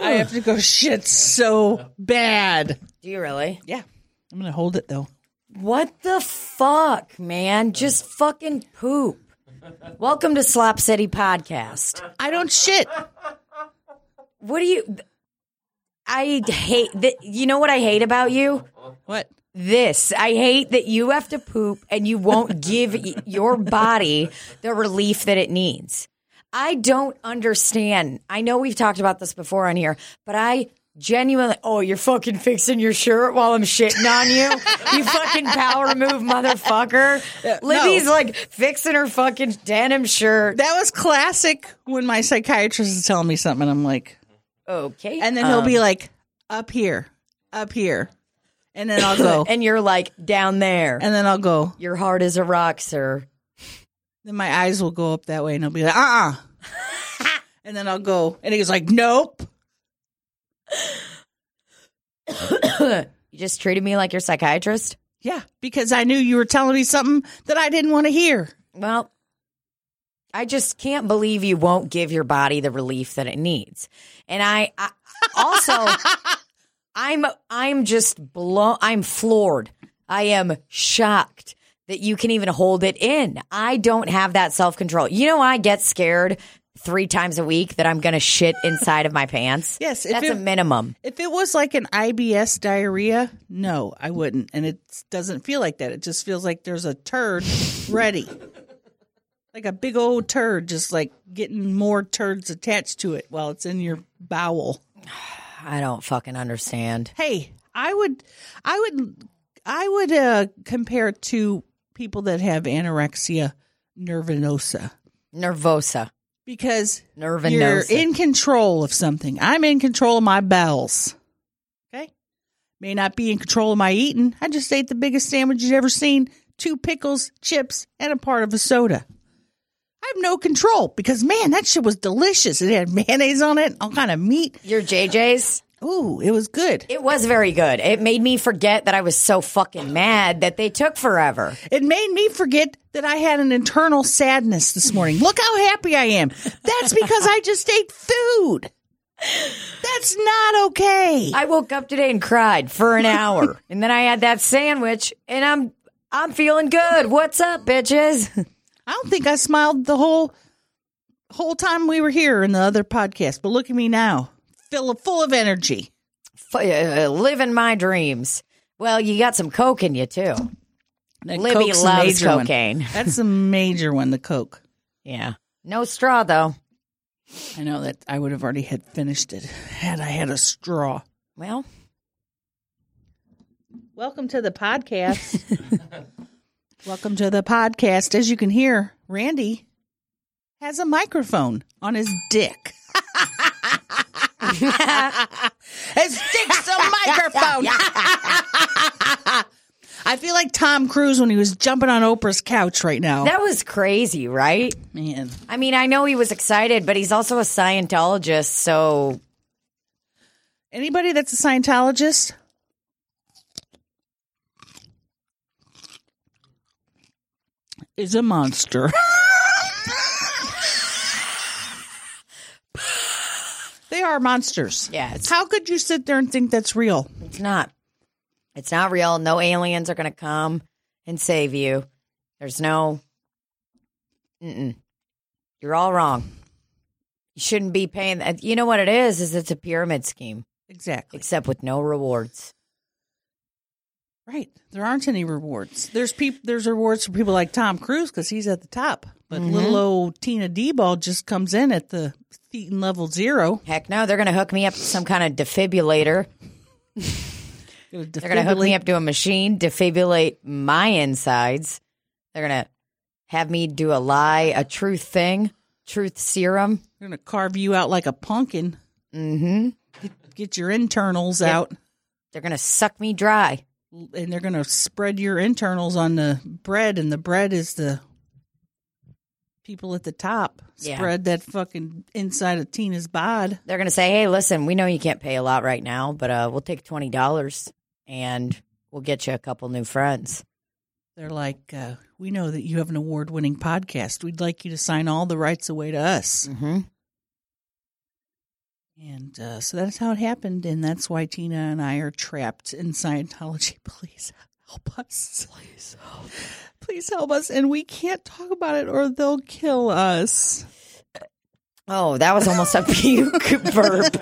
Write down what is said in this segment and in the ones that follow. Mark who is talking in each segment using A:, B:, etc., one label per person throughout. A: I have to go shit so bad.
B: Do you really?
A: Yeah. I'm going to hold it though.
B: What the fuck, man? Just fucking poop. Welcome to Slop City Podcast.
A: I don't shit.
B: What do you. I hate that. You know what I hate about you?
A: What?
B: This. I hate that you have to poop and you won't give y- your body the relief that it needs. I don't understand. I know we've talked about this before on here, but I genuinely, oh, you're fucking fixing your shirt while I'm shitting on you. you fucking power move motherfucker. Libby's like fixing her fucking denim shirt.
A: That was classic when my psychiatrist is telling me something and I'm like, um,
B: Okay.
A: and then he'll be like, up here, up here. And then I'll go,
B: and you're like down there.
A: and then I'll go,
B: Your heart is a rock, sir.
A: then my eyes will go up that way and I'll be like, uh uh and then I'll go, and he's like, nope.
B: You just treated me like your psychiatrist.
A: Yeah, because I knew you were telling me something that I didn't want to hear.
B: Well, I just can't believe you won't give your body the relief that it needs. And I, I also I'm I'm just blown I'm floored. I am shocked that you can even hold it in. I don't have that self-control. You know I get scared 3 times a week that I'm going to shit inside of my pants.
A: Yes, if
B: That's
A: it-
B: a minimum.
A: If it was like an IBS diarrhea, no, I wouldn't. And it doesn't feel like that. It just feels like there's a turd ready. Like a big old turd, just like getting more turds attached to it while it's in your bowel.
B: I don't fucking understand.
A: Hey, I would, I would, I would uh, compare it to people that have anorexia nervinosa
B: Nervosa.
A: because you're
B: Nervinosa.
A: in control of something. I'm in control of my bowels. Okay. May not be in control of my eating. I just ate the biggest sandwich you've ever seen two pickles, chips, and a part of a soda. I have no control because, man, that shit was delicious. It had mayonnaise on it, all kind of meat.
B: Your JJ's?
A: Ooh, it was good.
B: It was very good. It made me forget that I was so fucking mad that they took forever.
A: It made me forget that I had an internal sadness this morning. Look how happy I am. That's because I just ate food. That's not okay.
B: I woke up today and cried for an hour. and then I had that sandwich and I'm I'm feeling good. What's up, bitches?
A: I don't think I smiled the whole whole time we were here in the other podcast, but look at me now, full of, full of energy.
B: F- uh, living my dreams. Well, you got some coke in you too.
A: That
B: Libby
A: Coke's a
B: loves
A: major one.
B: cocaine.
A: That's a major one, the Coke.
B: Yeah. No straw though.
A: I know that I would have already had finished it had I had a straw.
B: Well,
A: Welcome to the podcast. Welcome to the podcast. As you can hear, Randy has a microphone on his dick. his dick's a microphone. I feel like Tom Cruise when he was jumping on Oprah's couch right now.
B: that was crazy, right?
A: Man,
B: I mean, I know he was excited, but he's also a Scientologist, so
A: anybody that's a Scientologist, Is a monster. they are monsters.
B: Yeah, it's-
A: How could you sit there and think that's real?
B: It's not. It's not real. No aliens are going to come and save you. There's no. Mm-mm. You're all wrong. You shouldn't be paying. That. You know what it is? Is it's a pyramid scheme,
A: Exactly.
B: except with no rewards.
A: Right. There aren't any rewards. There's people. There's rewards for people like Tom Cruise because he's at the top, but
B: Mm-hmm.
A: little old Tina D-ball just comes in at the Thetan level zero.
B: Heck no, they're going to hook me up to some kind of defibrillator. They're going to hook me up to a machine, defibrillate my insides. They're going to have me do a lie, a truth thing, truth serum.
A: They're gonna carve you out like a pumpkin.
B: Mm-hmm.
A: Get your internals out,
B: They're going to suck me dry.
A: and they're gonna spread your internals on the bread, and the bread is the people at the top.
B: Yeah.
A: Spread that fucking inside of Tina's bod.
B: they're going to say, "Hey, listen, we know you can't pay a lot right now, but uh, we'll take twenty dollars and we'll get you a couple new friends."
A: They're like, uh, we know that you have an award winning podcast. We'd like you to sign all the rights away to us.
B: Mm-hmm.
A: And uh, so that's how it happened. And that's why Tina and I are trapped in Scientology. Please help us. Please help. Please help us. And we can't talk about it or they'll kill us.
B: Oh, that was almost a puke burp.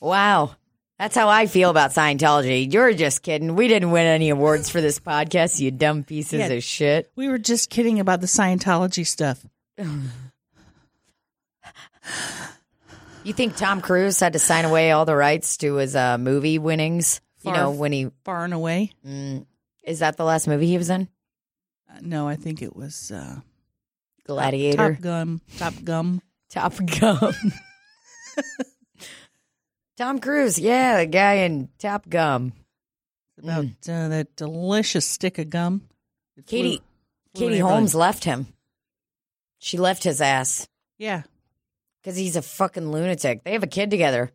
B: Wow. That's how I feel about Scientology. You're just kidding. We didn't win any awards for this podcast, you dumb pieces
A: Yeah.
B: of shit.
A: We were just kidding about the Scientology stuff.
B: You think Tom Cruise had to sign away all the rights to his uh, movie winnings?
A: Far-
B: you know, when he.
A: Far and away.
B: Mm, is that the last movie he was in?
A: Uh, No, I think it was uh,
B: Gladiator.
A: Top Gum. Top Gum.
B: Top, Gum. Tom Cruise. Yeah, the guy in Top Gum. Mm.
A: About uh, that delicious stick of gum. It flew-
B: Katie,
A: flew
B: Katie
A: away, really.
B: Holmes left him. She left his ass.
A: Yeah.
B: Because he's a fucking lunatic. They have a kid together.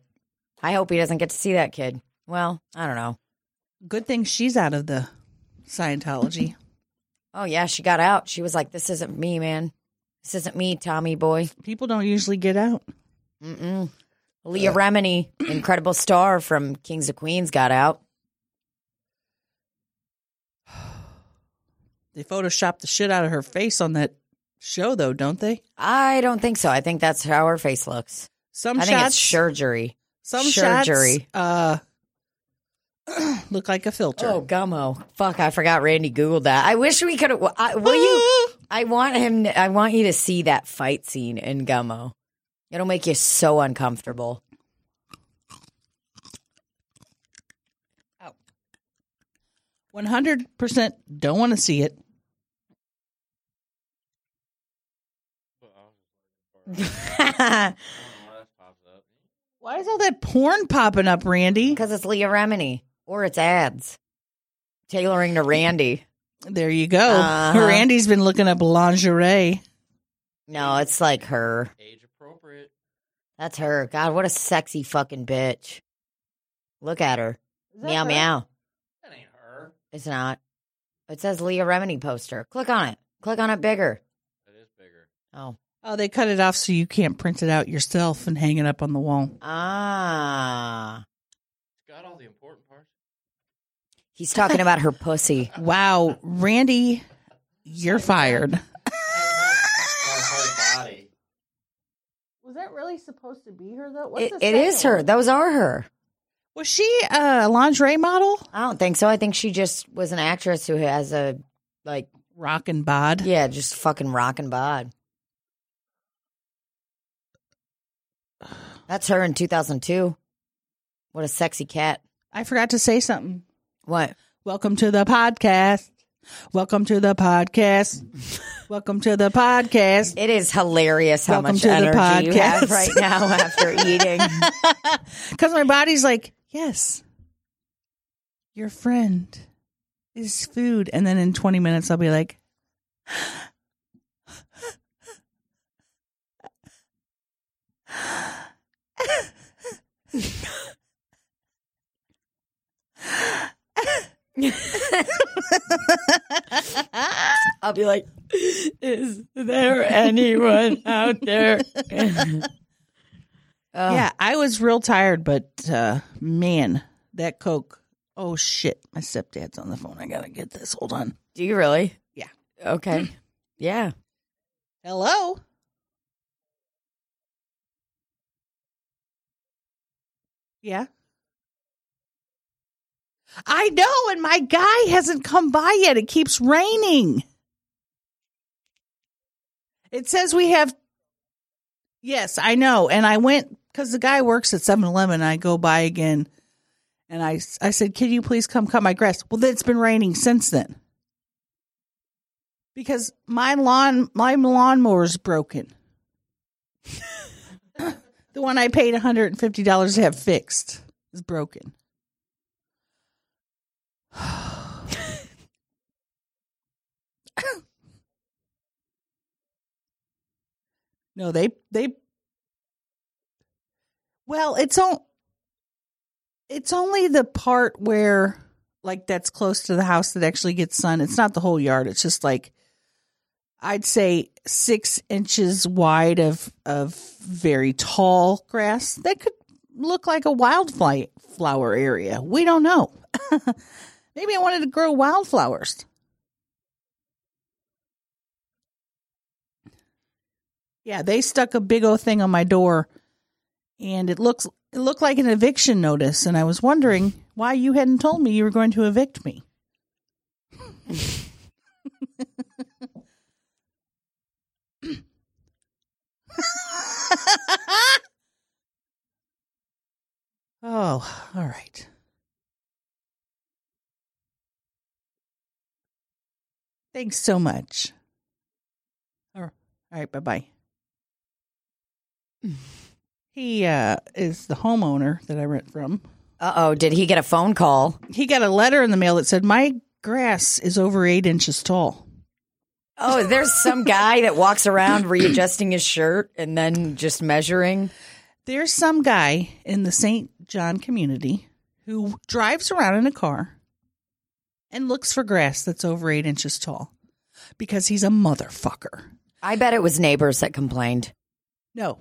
B: I hope he doesn't get to see that kid. Well, I don't know.
A: Good thing she's out of the Scientology.
B: Oh, yeah, she got out. She was like, this isn't me, man. This isn't me, Tommy boy.
A: People don't usually get out.
B: Mm-mm. Leah Remini, incredible star from Kings of Queens, got out.
A: They Photoshop the shit out of her face on that show, though, don't they?
B: I don't think so. I think that's how her face looks.
A: Some
B: I think
A: shots,
B: it's surgery.
A: some
B: surgery.
A: shots, uh, look like a filter.
B: Oh, gummo. Fuck, I forgot Randy Googled that. I wish we could have. Will you? I want him. I want you to see that fight scene in Gummo. It'll make you so uncomfortable.
A: One hundred percent don't want to see it.
B: Because
A: Why is all that porn popping up, Randy?
B: it's Leah Remini or it's ads tailoring to Randy.
A: There you go.
B: Uh-huh.
A: Randy's been looking up lingerie.
B: No, it's like her.
C: Age appropriate.
B: That's her. God, what a sexy fucking bitch. Look at her. Meow meow.
C: That ain't her.
B: It's not. It says Leah Remini poster. Click on it. Click on it bigger.
C: That is bigger.
B: Oh.
A: Oh, they cut it off so you can't print it out yourself and hang it up on the wall.
B: Ah.
C: It's got all the important parts.
B: He's talking about her pussy.
A: Wow, Randy, you're fired.
C: My whole body.
A: Was that really supposed to be her though?
B: It, it is her. Those are her.
A: Was she a lingerie model?
B: I don't think so. I think she just was an actress who has a like
A: Rock and bod.
B: yeah, just fucking rockin' bod. That's her in 2002. What a sexy cat.
A: I forgot to say something.
B: What?
A: Welcome to the podcast. Welcome to the podcast. Welcome to the podcast.
B: It is hilarious how
A: Welcome
B: much
A: to the
B: energy you have
A: podcast.
B: right now after eating.
A: Because my body's like, yes, your friend is food. And then in 20 minutes, I'll be like,
B: I'll be like, is there anyone out there? Oh.
A: yeah, I was real tired, but uh, man, that Coke. Oh, shit. My stepdad's on the phone. I got to get this. Hold on.
B: Do you really?
A: Yeah.
B: Okay. yeah.
A: Hello? Yeah. I know, and my guy hasn't come by yet. It keeps raining. It says we have. Yes, I know. And I went because the guy works at 7 Eleven. I go by again and I, s- I said, Can you please come cut my grass? Well, then it's been raining since then because my lawn my lawnmower's broken. the one I paid one hundred and fifty dollars to have fixed is broken. no, they they. Well, it's on. It's only the part where like that's close to the house that actually gets sun. It's not the whole yard. It's just like I'd say six inches wide of of very tall grass that could look like a wildfly flower area. We don't know. Maybe I wanted to grow wildflowers. Yeah, they stuck a big old thing on my door and it looks it looked like an eviction notice and I was wondering why you hadn't told me you were going to evict me. oh, all right. Thanks so much. All right, all right bye-bye. He uh, is the homeowner that I rent from.
B: Uh oh, did he get a phone call?
A: He got a letter in the mail that said, My grass is over eight inches tall.
B: Oh, there's some guy that walks around readjusting his shirt and then just measuring.
A: There's some guy in the St. John community who drives around in a car and looks for grass that's over eight inches tall because he's a motherfucker.
B: I bet it was neighbors that complained.
A: No,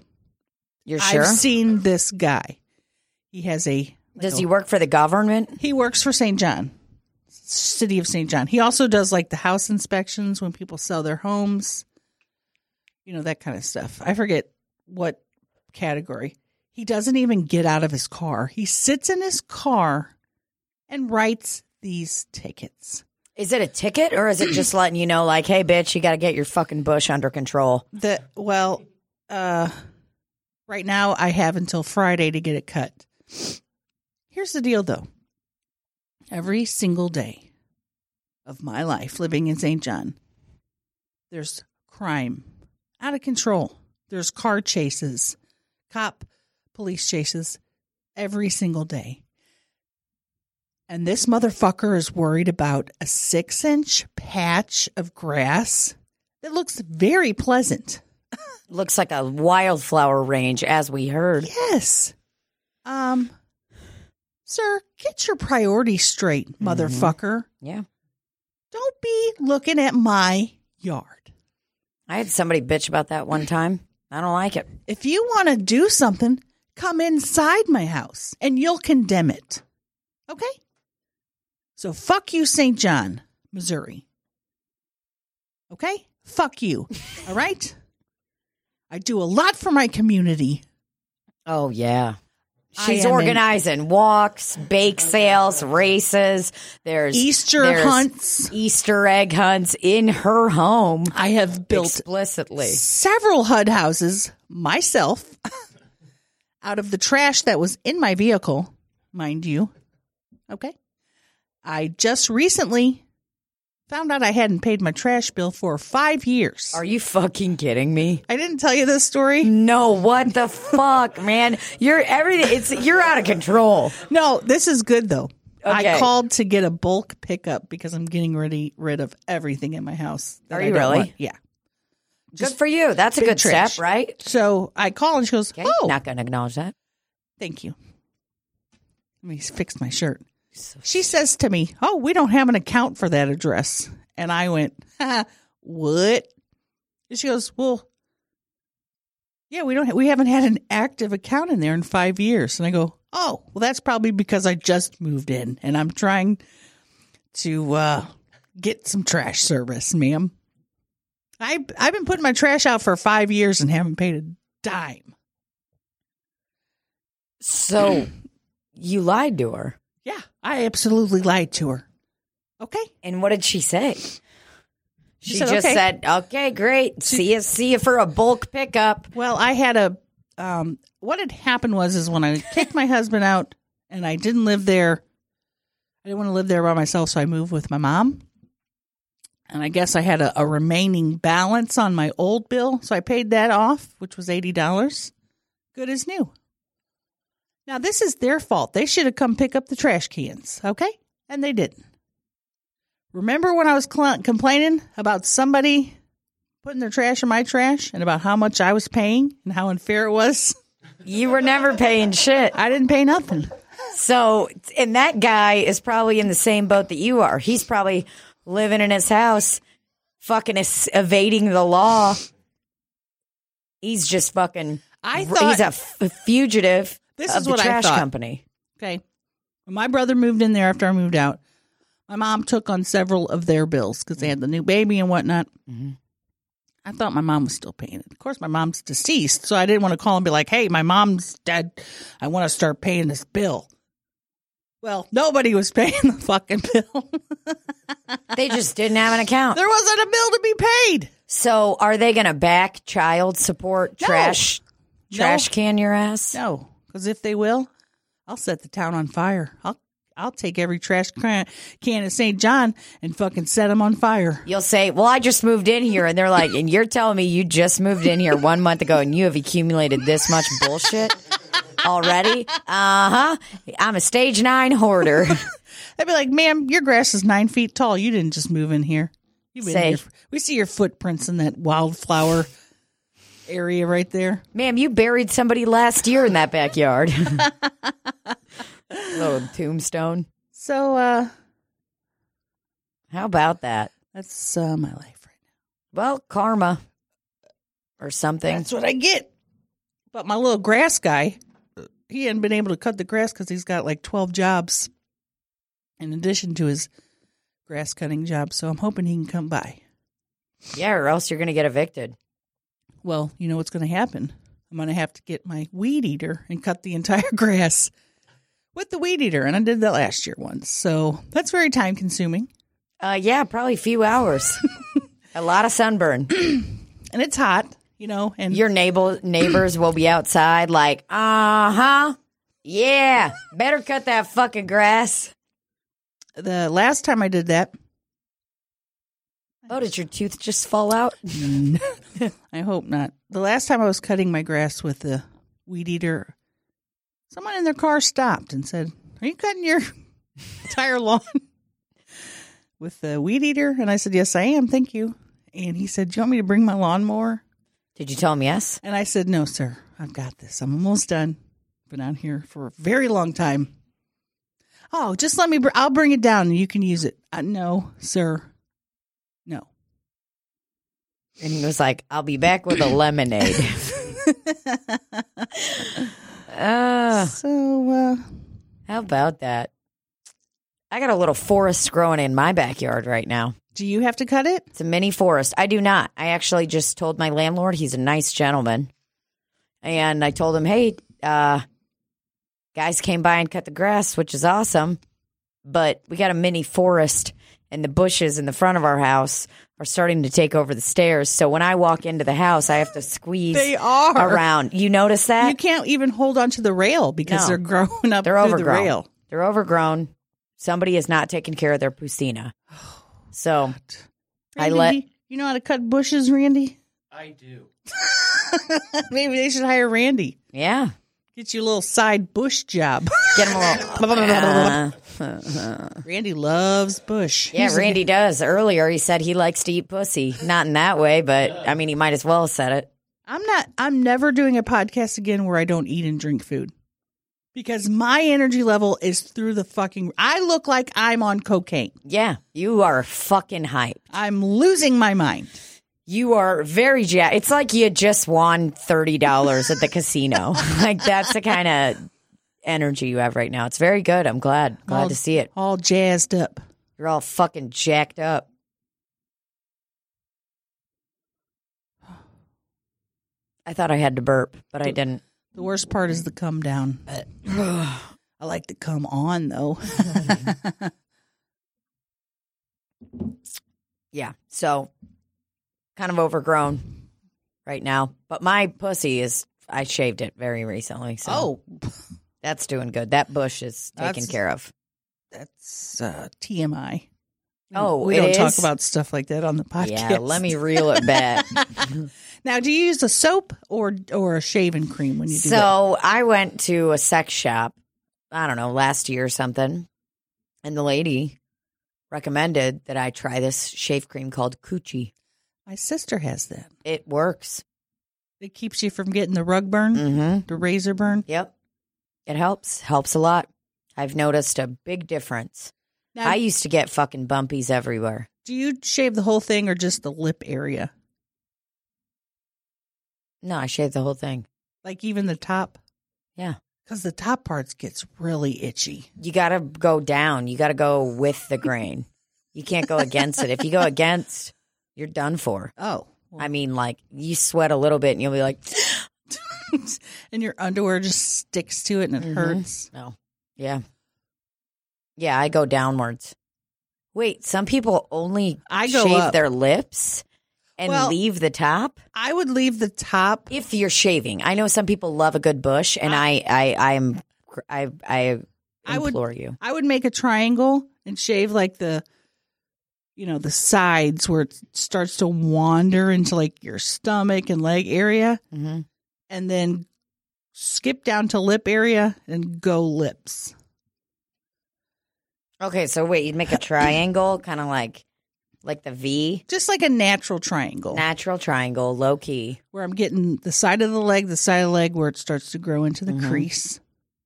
B: You're sure?
A: I've seen this guy. He has a.
B: Does he work for the government?
A: He works for St. John, City of St. John. He also does like the house inspections when people sell their homes, you know, that kind of stuff. I forget what category. He doesn't even get out of his car. He sits in his car and writes these tickets.
B: Is it a ticket or is it just letting you know, like, hey, bitch, you got to get your fucking bush under control?
A: The well, uh right now I have until Friday to get it cut. Here's the deal though. Every single day of my life living in St. John, there's crime out of control. There's car chases, cop, police chases every single day. And this motherfucker is worried about a six inch patch of grass that looks very pleasant.
B: Looks like a wildflower range, as we heard.
A: Yes. Um, sir, get your priorities straight, motherfucker.
B: Yeah.
A: Don't be looking at my yard.
B: I had somebody bitch about that one time. I don't like it.
A: If you want to do something, come inside my house and you'll condemn it. Okay? So fuck you, St. John, Missouri. Okay? Fuck you. All right? I do a lot for my community.
B: Oh, yeah.
A: I
B: She's
A: am in-
B: organizing walks, bake sales, races. There's
A: Easter
B: there's
A: hunts.
B: Easter egg hunts in her home.
A: I have built
B: explicitly.
A: several HUD houses myself out of the trash that was in my vehicle, mind you. Okay. I just recently found out I hadn't paid my trash bill for five years.
B: Are you fucking kidding me?
A: I didn't tell you this story.
B: No, what the fuck, man? You're everything. It's you're out of control.
A: No, this is good though. I
B: Okay.
A: called to get a bulk pickup because I'm getting rid rid of everything in my house. that
B: Are
A: I
B: you
A: don't
B: really?
A: want. Yeah.
B: good for you. That's a
A: big
B: good
A: trash.
B: step, right?
A: So I call and she goes,
B: Okay,
A: "Oh,
B: not going to acknowledge that.
A: Thank you. Let me fix my shirt. She says to me, Oh, we don't have an account for that address. And I went, "Haha, What? And she goes, Well, yeah, we don't. Ha- we haven't had an active account in there in five years. And I go, Oh, well, that's probably because I just moved in and I'm trying to uh, get some trash service, ma'am. I I've been putting my trash out for five years and haven't paid a dime.
B: So you lied to her.
A: Yeah, I absolutely lied to her. Okay.
B: And what did she say? She,
A: said,
B: just
A: "Okay."
B: said, "Okay, great. See you. See you for a bulk pickup."
A: Well, I had a um what had happened was is when I kicked my husband out and I didn't live there I didn't want to live there by myself, so I moved with my mom. And I guess I had a, a remaining balance on my old bill, so I paid that off, which was eighty dollars. Good as new. Now this is their fault. They should have come pick up the trash cans, okay? And they didn't. Remember when I was cl- complaining about somebody putting their trash in my trash and about how much I was paying and how unfair it was.
B: You were never paying shit.
A: I didn't pay nothing.
B: So, and that guy is probably in the same boat that you are. He's probably living in his house, fucking es- evading the law. He's just fucking.
A: I
B: he's
A: thought-
B: a f- fugitive.
A: This
B: of
A: is
B: the
A: what I
B: trash
A: thought.
B: company.
A: Okay. When my brother moved in there after I moved out, my mom took on several of their bills because they had the new baby and whatnot. I thought my mom was still paying it. Of course, my mom's deceased, so I didn't want to call and be like, hey, my mom's dead. I want to start paying this bill. Well, nobody was paying the fucking bill.
B: They just didn't have an account.
A: there wasn't a bill to be paid.
B: So, are they going to back child support
A: No.
B: trash
A: No.
B: trash can your ass?
A: No, because if they will, I'll set the town on fire. I'll I'll take every trash can can at St. John and fucking set them on fire.
B: You'll say, "Well, I just moved in here," and they're like, "And you're telling me you just moved in here one month ago, and you have accumulated this much bullshit already?" Uh huh. I'm a stage nine hoarder.
A: I'd be like, ma'am, your grass is nine feet tall. You didn't just move in here. You've been
B: Say-
A: here. for- We see your footprints in that wildflower area right there.
B: Ma'am, you buried somebody last year in that backyard. Little tombstone.
A: So uh
B: How about that?
A: that's uh, my life right now.
B: Well, karma or something.
A: That's what I get. But my little grass guy, he hadn't been able to cut the grass because he's got like twelve jobs in addition to his grass cutting job. So I'm hoping he can come by.
B: Yeah, or else you're gonna get evicted.
A: Well, you know what's going to happen? I'm going to have to get my weed eater and cut the entire grass with the weed eater. And I did that last year once. So that's very time consuming.
B: Uh, yeah, probably a few hours. a lot of sunburn.
A: And it's hot, you know, and
B: Your neighbor neighbors will be outside like, uh huh. Yeah. Better cut that fucking grass.
A: the last time I did that,
B: Oh, did your tooth just fall out?
A: I hope not. The last time I was cutting my grass with the weed eater, someone in their car stopped and said, Are you cutting your entire lawn with the weed eater? And I said, Yes, I am. Thank you. And he said, Do you want me to bring my lawnmower?
B: Did you tell him yes?
A: And I said, No, sir, I've got this. I'm almost done. Been out here for a very long time. Oh, just let me, br- I'll bring it down and you can use it. Uh, no, sir. No.
B: And he was like, I'll be back with a lemonade. uh,
A: So, uh,
B: how about that? I got a little forest growing in my backyard right now.
A: do you have to cut it?
B: It's a mini forest. I do not. I actually just told my landlord he's a nice gentleman. And I told him, hey, uh, guys came by and cut the grass, which is awesome. But we got a mini forest, and the bushes in the front of our house are starting to take over the stairs. So when I walk into the house, I have to squeeze
A: They are.
B: around. You notice that?
A: You can't even hold onto the rail because
B: No.
A: they're growing up
B: They're
A: through the
B: overgrown.
A: rail.
B: They're overgrown. Somebody is not taking care of their pusina. So I
A: Randy,
B: let.
A: do you- you know how to cut bushes, Randy?
C: I do.
A: Maybe they should hire Randy.
B: Yeah.
A: Get you a little side bush job.
B: Get Uh, them a little.
A: Randy loves bush.
B: Yeah, Randy does. Earlier, he said he likes to eat pussy. Not in that way, but I mean, he might as well have said it.
A: I'm not I'm never doing a podcast again where I don't eat and drink food. Because my energy level is through the fucking I look like I'm on cocaine.
B: Yeah, you are fucking hype.
A: I'm losing my mind.
B: You are very jacked. It's like you just won thirty dollars at the casino. like that's the kind of energy you have right now. It's very good. I'm glad. Glad
A: All-
B: to see it.
A: All jazzed up.
B: You're all fucking jacked up. I thought I had to burp, but I didn't.
A: The worst part is the come down. I like to come on though.
B: Yeah. So kind of overgrown right now. But my pussy is I shaved it very recently. So
A: oh,
B: that's doing good. That bush is taken
A: That's-
B: care of.
A: that's uh, TMI.
B: Oh,
A: we
B: it
A: don't talk
B: is?
A: about stuff like that on the podcast.
B: Yeah, let me reel it back.
A: Now, do you use a soap or or a shaving cream when you do that?
B: so I went to a sex shop, I don't know, last year or something, and the lady recommended that I try this shave cream called Coochie.
A: My sister has that.
B: It works.
A: It
B: Mm.
A: keeps you from getting the rug burn,
B: Mm-hmm.
A: the razor burn.
B: Yep. It helps. Helps a lot. I've noticed a big difference.
A: Now,
B: I used to get fucking bumpies everywhere.
A: do you shave the whole thing or just the lip area?
B: No, I shaved the whole thing.
A: Like even the top?
B: Yeah.
A: Because the top parts gets really itchy.
B: You got to go down. You got to go with the grain. You can't go against it. If you go against, you're done for.
A: Oh.
B: I mean, like you sweat a little bit and you'll be like,
A: and your underwear just sticks to it and it
B: Mhm.
A: hurts.
B: no, yeah, yeah. I go downwards. Wait, some people only
A: I go
B: shave
A: up.
B: their lips and
A: Well-
B: leave the top
A: I would leave the top.
B: if you're shaving. I know some people love a good bush, and I, I, I am, I, I
A: I would-
B: implore you.
A: I would make a triangle and shave like the, you know, the sides where it starts to wander into like your stomach and leg area,
B: Mhm.
A: and then skip down to lip area and go lips.
B: Okay, so wait, you'd make a triangle, kind of like, like the V,
A: Just like a natural triangle
B: natural triangle, low key.
A: where I'm getting the side of the leg, the side of the leg where it starts to grow into the
B: Mhm.
A: crease,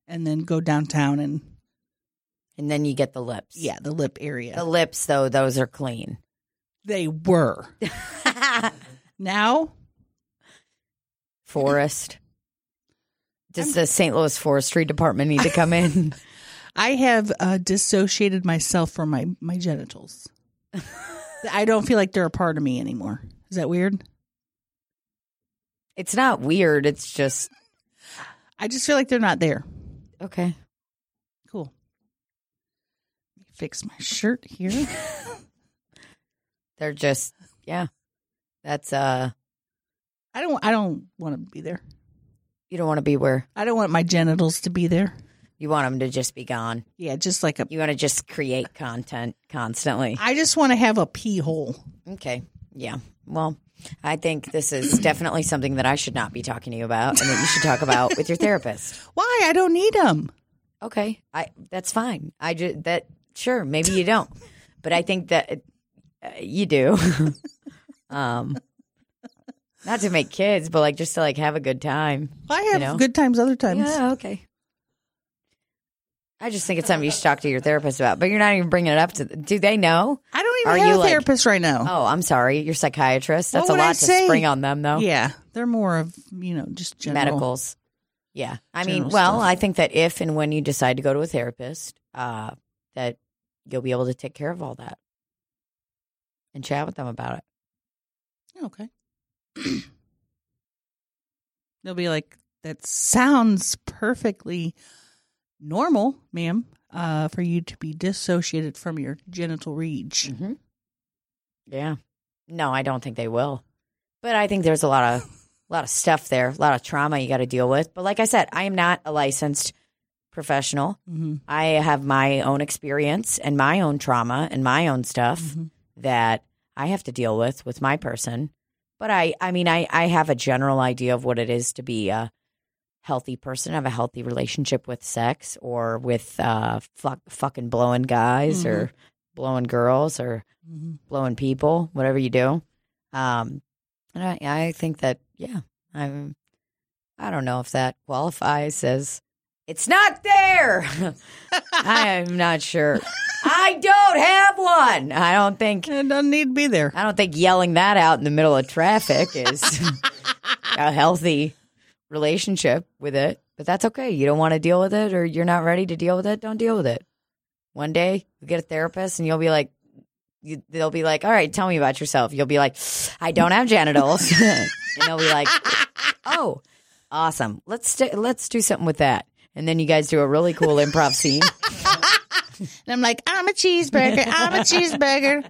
A: and then go downtown and
B: And then you get the lips.
A: yeah, the lip area.
B: The lips, though, those are clean.
A: they were. Now
B: Forest. Does the St. Louis Forestry Department need to come in?
A: I have uh, dissociated myself from my, my genitals. I don't feel like they're a part of me anymore. Is that weird?
B: it's not weird. It's just
A: I just feel like they're not there.
B: okay.
A: Cool. Let me fix my shirt here.
B: They're just yeah. That's uh.
A: I don't I don't want to be there.
B: You don't want to be where
A: I don't want my genitals to be there.
B: you want them to just be gone.
A: Yeah, just like a
B: You want to just create content constantly.
A: I just want to have a pee hole.
B: Okay. Yeah. Well, I think this is definitely something that I should not be talking to you about, and that you should talk about with your therapist.
A: Why? I don't need them.
B: Okay, I that's fine. I just that sure maybe you don't, but I think that uh, you do. um, not to make kids, but like just to like have a good time.
A: I have
B: know?
A: good times other times.
B: Yeah, okay. I just think it's something you should talk to your therapist about, but you're not even bringing it up to. Do they know?
A: I don't even
B: Are
A: have
B: you
A: a
B: like-
A: therapist right now.
B: Oh, I'm sorry, your psychiatrist.
A: What
B: That's a
A: would I
B: lot to
A: say?
B: spring on them, though.
A: Yeah, they're more of you know just general.
B: medicals. Yeah. I mean,
A: General
B: well,
A: stuff.
B: I think that if and when you decide to go to a therapist, uh, that you'll be able to take care of all that and chat with them about it.
A: Okay. They'll be like, that sounds perfectly normal, ma'am, uh, for you to be dissociated from your genital reach.
B: Mm-hmm. Yeah. No, I don't think they will. But I think there's a lot of a lot of stuff there, a lot of trauma you got to deal with. But like I said, I am not a licensed professional.
A: Mm-hmm.
B: I have my own experience and my own trauma and my own stuff.
A: mm-hmm,
B: that I have to deal with with my person. But I, I mean, I, I have a general idea of what it is to be a healthy person, have a healthy relationship with sex or with uh, fuck, fucking blowing guys or blowing girls or
A: hmm
B: blowing people, whatever you do. Um, and I, I think that, yeah, I'm, I don't know if that qualifies as it's not there. I'm not sure. I don't have one. I don't think
A: It doesn't need to be there.
B: I don't think yelling that out in the middle of traffic is a healthy relationship with it, but that's okay. You don't want to deal with it or you're not ready to deal with it, don't deal with it. One day you get a therapist and you'll be like, you, they'll be like, all right, tell me about yourself. You'll be like, I don't have genitals. and they'll be like, oh, awesome. Let's, st- let's do something with that. And then you guys do a really cool improv scene.
A: And I'm like, I'm a cheeseburger. I'm a cheeseburger.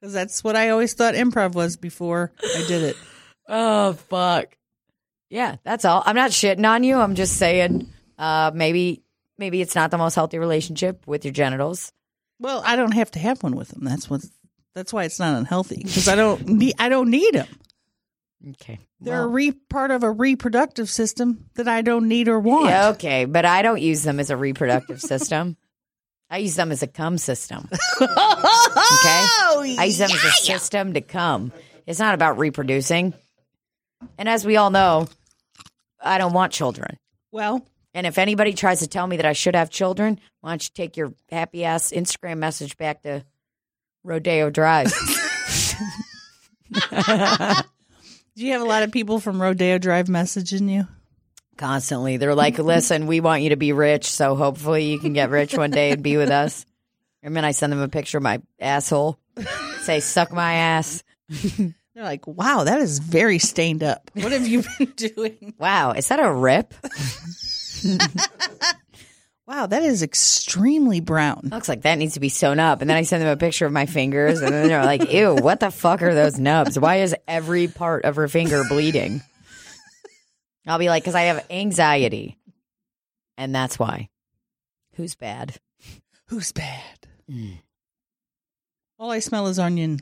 A: Because that's what I always thought improv was before I did it.
B: Oh fuck. Yeah, that's all. I'm not shitting on you. I'm just saying uh maybe maybe it's not the most healthy relationship with your genitals.
A: Well, I don't have to have one with them. That's what. That's why it's not unhealthy because I don't need. I don't need them.
B: Okay.
A: They're a re- part of a reproductive system that I don't need or want.
B: okay, but I don't use them as a reproductive system. I use them as a cum system. Okay?
A: Oh,
B: I use them as a system to cum. It's not about reproducing. And as we all know, I don't want children.
A: Well,
B: And if anybody tries to tell me that I should have children, why don't you take your happy ass Instagram message back to Rodeo Drive?
A: Do you have a lot of people from Rodeo Drive messaging you?
B: Constantly. They're like, listen, we want you to be rich, so hopefully you can get rich one day and be with us. And then I send them a picture of my asshole, say, suck my ass.
A: They're like, wow, that is very stained up. What have you been doing?
B: Wow, is that a rip?
A: Wow, that is extremely brown.
B: Looks like that needs to be sewn up. And then I send them a picture of my fingers, and then they're like, ew, what the fuck are those nubs? Why is every part of her finger bleeding? I'll be like, because I have anxiety. And that's why. Who's bad?
A: Who's bad? All I smell is onion.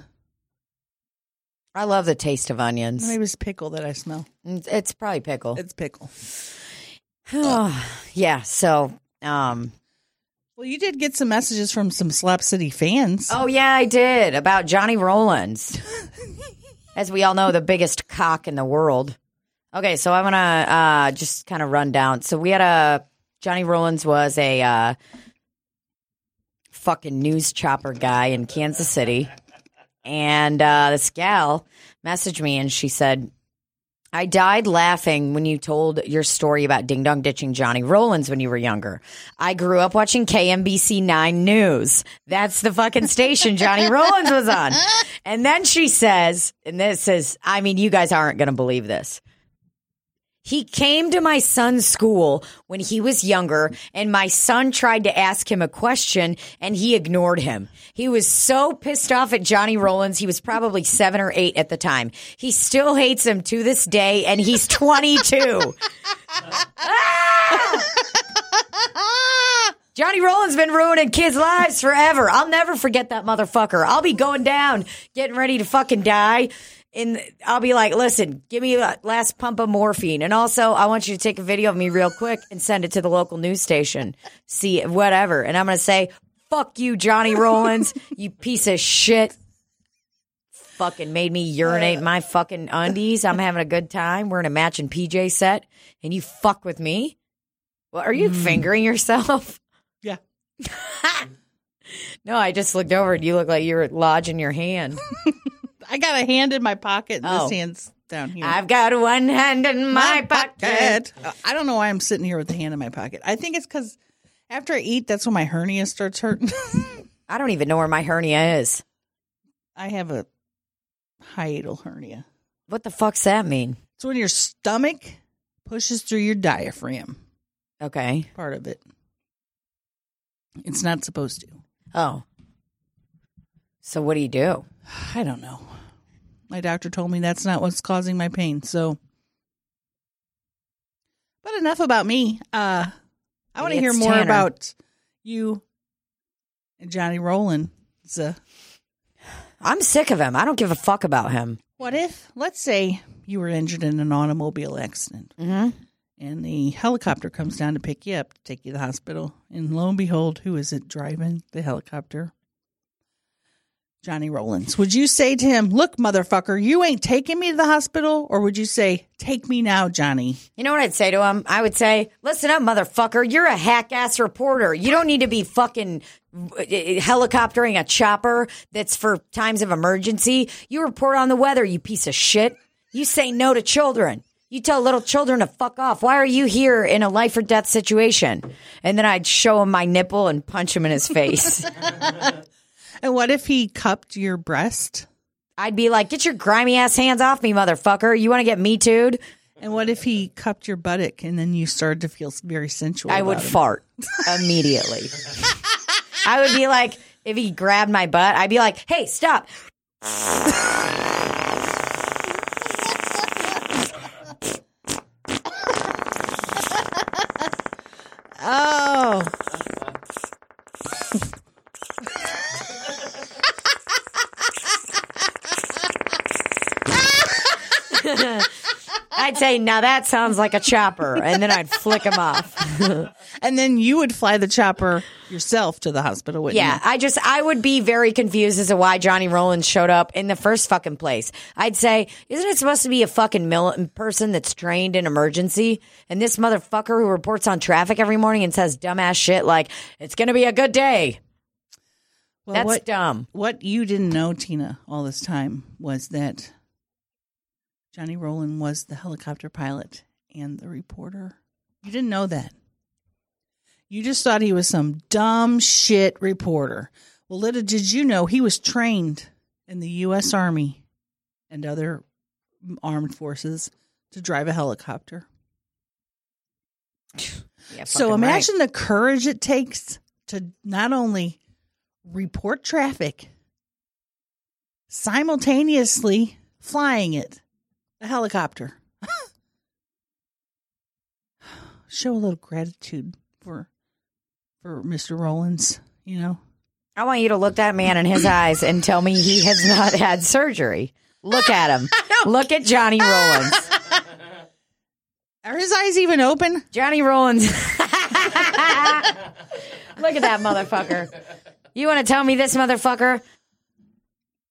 B: I love the taste of onions.
A: Maybe it's pickle that I smell.
B: It's it's probably pickle.
A: It's pickle.
B: yeah. So, um,
A: Well, you did get some messages from some Slap City fans.
B: oh yeah, I did about Johnny Rollins. As we all know, the biggest cock in the world. Okay, so I'm gonna uh, just kind of run down. So we had a Johnny Rollins was a uh, fucking news chopper guy in Kansas City, and uh, this gal messaged me and she said, I died laughing when you told your story about Ding Dong ditching Johnny Rollins when you were younger. I grew up watching KMBC 9 News. That's the fucking station Johnny Rollins was on. And then she says, and this is, I mean, you guys aren't going to believe this. He came to my son's school when he was younger, and my son tried to ask him a question, and he ignored him. He was so pissed off at Johnny Rollins. He was probably seven or eight at the time. He still hates him to this day, and he's 22. Johnny Rollins been ruining kids' lives forever. I'll never forget that motherfucker. I'll be going down, getting ready to fucking die. And I'll be like, listen, give me a last pump of morphine. And also, I want you to take a video of me real quick and send it to the local news station. See, whatever. And I'm going to say, fuck you, Johnny Rollins, you piece of shit. Fucking made me urinate in my fucking undies. I'm having a good time. We're in a matching PJ set. And you fuck with me? Well, are you fingering yourself?
A: Yeah.
B: No, I just looked over and you look like you were lodging your hand.
A: I got a hand in my pocket and
B: Oh.
A: this hand's down here.
B: I've got one hand in my pocket.
A: Uh, I don't know why I'm sitting here with the hand in my pocket. I think it's because after I eat, that's when my hernia starts hurting.
B: I don't even know where my hernia is.
A: I have a hiatal hernia.
B: What the fuck's that mean?
A: It's when your stomach pushes through your diaphragm,
B: Okay.
A: part of it. It's not supposed to.
B: Oh. So what do you do?
A: I don't know. My doctor told me that's not what's causing my pain. So, but enough about me. Uh, I want to
B: It's
A: hear more
B: Tanner.
A: about you and Johnny uh, Roland. It's a-
B: I'm sick of him. I don't give a fuck about him.
A: What if, let's say, you were injured in an automobile accident
B: Mm-hmm.
A: and the helicopter comes down to pick you up to take you to the hospital, and lo and behold, who is it driving the helicopter? Johnny Rollins. Would you say to him, "Look, motherfucker, you ain't taking me to the hospital," or would you say, "Take me now, Johnny"?
B: You know what I'd say to him? I would say, listen up, motherfucker. You're a hack ass reporter. You don't need to be fucking uh, helicoptering a chopper that's for times of emergency. You report on the weather, you piece of shit. You say no to children. You tell little children to fuck off. Why are you here in a life or death situation? And then I'd show him my nipple and punch him in his face.
A: And what if he cupped your breast?
B: I'd be like, get your grimy ass hands off me, motherfucker. You want to get me too'd?
A: And what if he cupped your buttock and then you started to feel very sensual?
B: I
A: about
B: would
A: it?
B: fart immediately. I would be like, if he grabbed my butt, I'd be like, hey, stop.
A: Oh.
B: I'd say, now that sounds like a chopper. And then I'd flick him off.
A: And then you would fly the chopper yourself to the hospital, wouldn't
B: Yeah, I just I would be very confused as to why Johnny Rollins showed up in the first fucking place. I'd say, isn't it supposed to be a fucking mil- person that's trained in emergency? And this motherfucker who reports on traffic every morning and says dumbass shit like it's gonna be a good day.
A: you? Well,
B: that's
A: what,
B: dumb.
A: Um, what you didn't know, Tina, all this time was that Johnny Roland was the helicopter pilot and the reporter. You didn't know that. You just thought he was some dumb shit reporter. Well, little did you know he was trained in the U.S. Army and other armed forces to drive a helicopter.
B: Yeah,
A: So
B: fucking right.
A: imagine the courage it takes to not only report traffic, simultaneously flying it, a helicopter. Show a little gratitude for for Mr. Rollins, you know.
B: I want you to look that man in his eyes and tell me he has not had surgery. Look at him. Look at Johnny Rollins.
A: Are his eyes even open?
B: Johnny Rollins. Look at that motherfucker. You want to tell me this motherfucker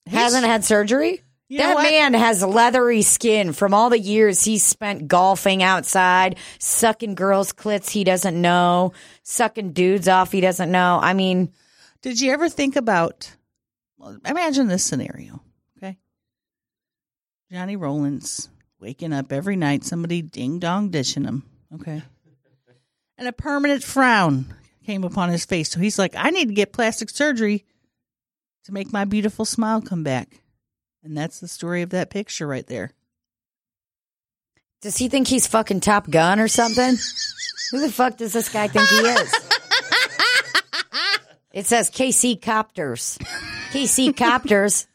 B: hasn't had surgery?
A: You know
B: That
A: what?
B: man has leathery skin from all the years he spent golfing outside, sucking girls' clits he doesn't know, sucking dudes off he doesn't know. I mean,
A: Did you ever think about? well, Imagine this scenario, okay? Johnny Rollins waking up every night, somebody ding dong dishing him, okay? And a permanent frown came upon his face. So he's like, I need to get plastic surgery to make my beautiful smile come back. And that's the story of that picture right there.
B: does he think he's fucking Top Gun or something? Who the fuck does this guy think he is? It says KC Copters. KC Copters.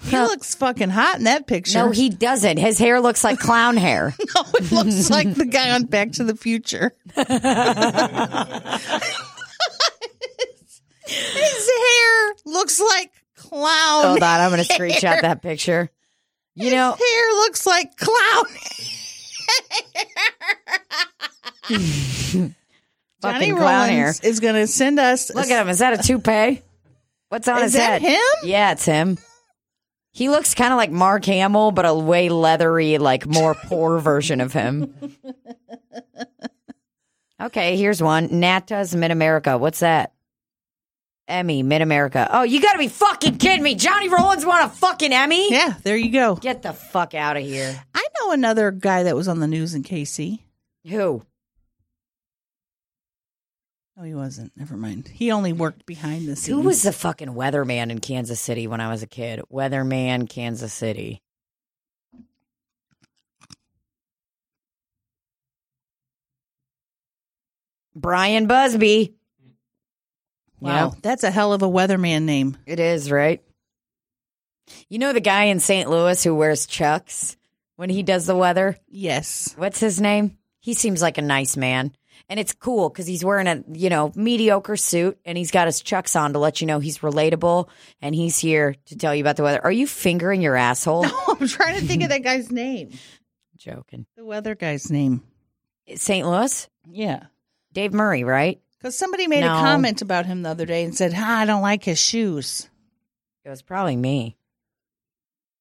A: He looks fucking hot in that picture.
B: No, he doesn't. His hair looks like clown hair.
A: No, it looks like the guy on Back to the Future. His hair looks like clown.
B: Hold on, I'm going to screenshot that picture. Oh, You know,
A: His hair looks like clown.
B: fucking
A: Johnny
B: clown hair.
A: Rollins is going to send us. a-
B: Look at him. Is that a toupee? What's on
A: Is
B: his
A: that
B: head?
A: him?
B: Yeah, it's him. He looks kind of like Mark Hamill, but a way leathery, like more poor version of him. Okay, here's one. NATA's Mid America. What's that? Emmy, Mid America. Oh, you gotta be fucking kidding me. Johnny Rollins won a fucking Emmy?
A: Yeah, there you go.
B: Get the fuck out of here.
A: I know another guy that was on the news in KC.
B: Who?
A: No, he wasn't. Never mind. He only worked behind the scenes.
B: Who was the fucking weatherman in Kansas City when I was a kid? Weatherman, Kansas City. Brian Busby.
A: Wow,
B: Yep,
A: that's a hell of a weatherman name.
B: it is, right? You know the guy in St. Louis who wears chucks when he does the weather?
A: Yes.
B: What's his name? He seems like a nice man. And it's cool because he's wearing a, you know, mediocre suit and he's got his chucks on to let you know he's relatable and he's here to tell you about the weather. Are you fingering your asshole?
A: I'm trying to think of that guy's name.
B: Joking.
A: The weather guy's name.
B: St. Louis?
A: Yeah.
B: Dave Murray, right?
A: Because somebody made
B: No.
A: a comment about him the other day and said, ah, I don't like his shoes.
B: It was probably me.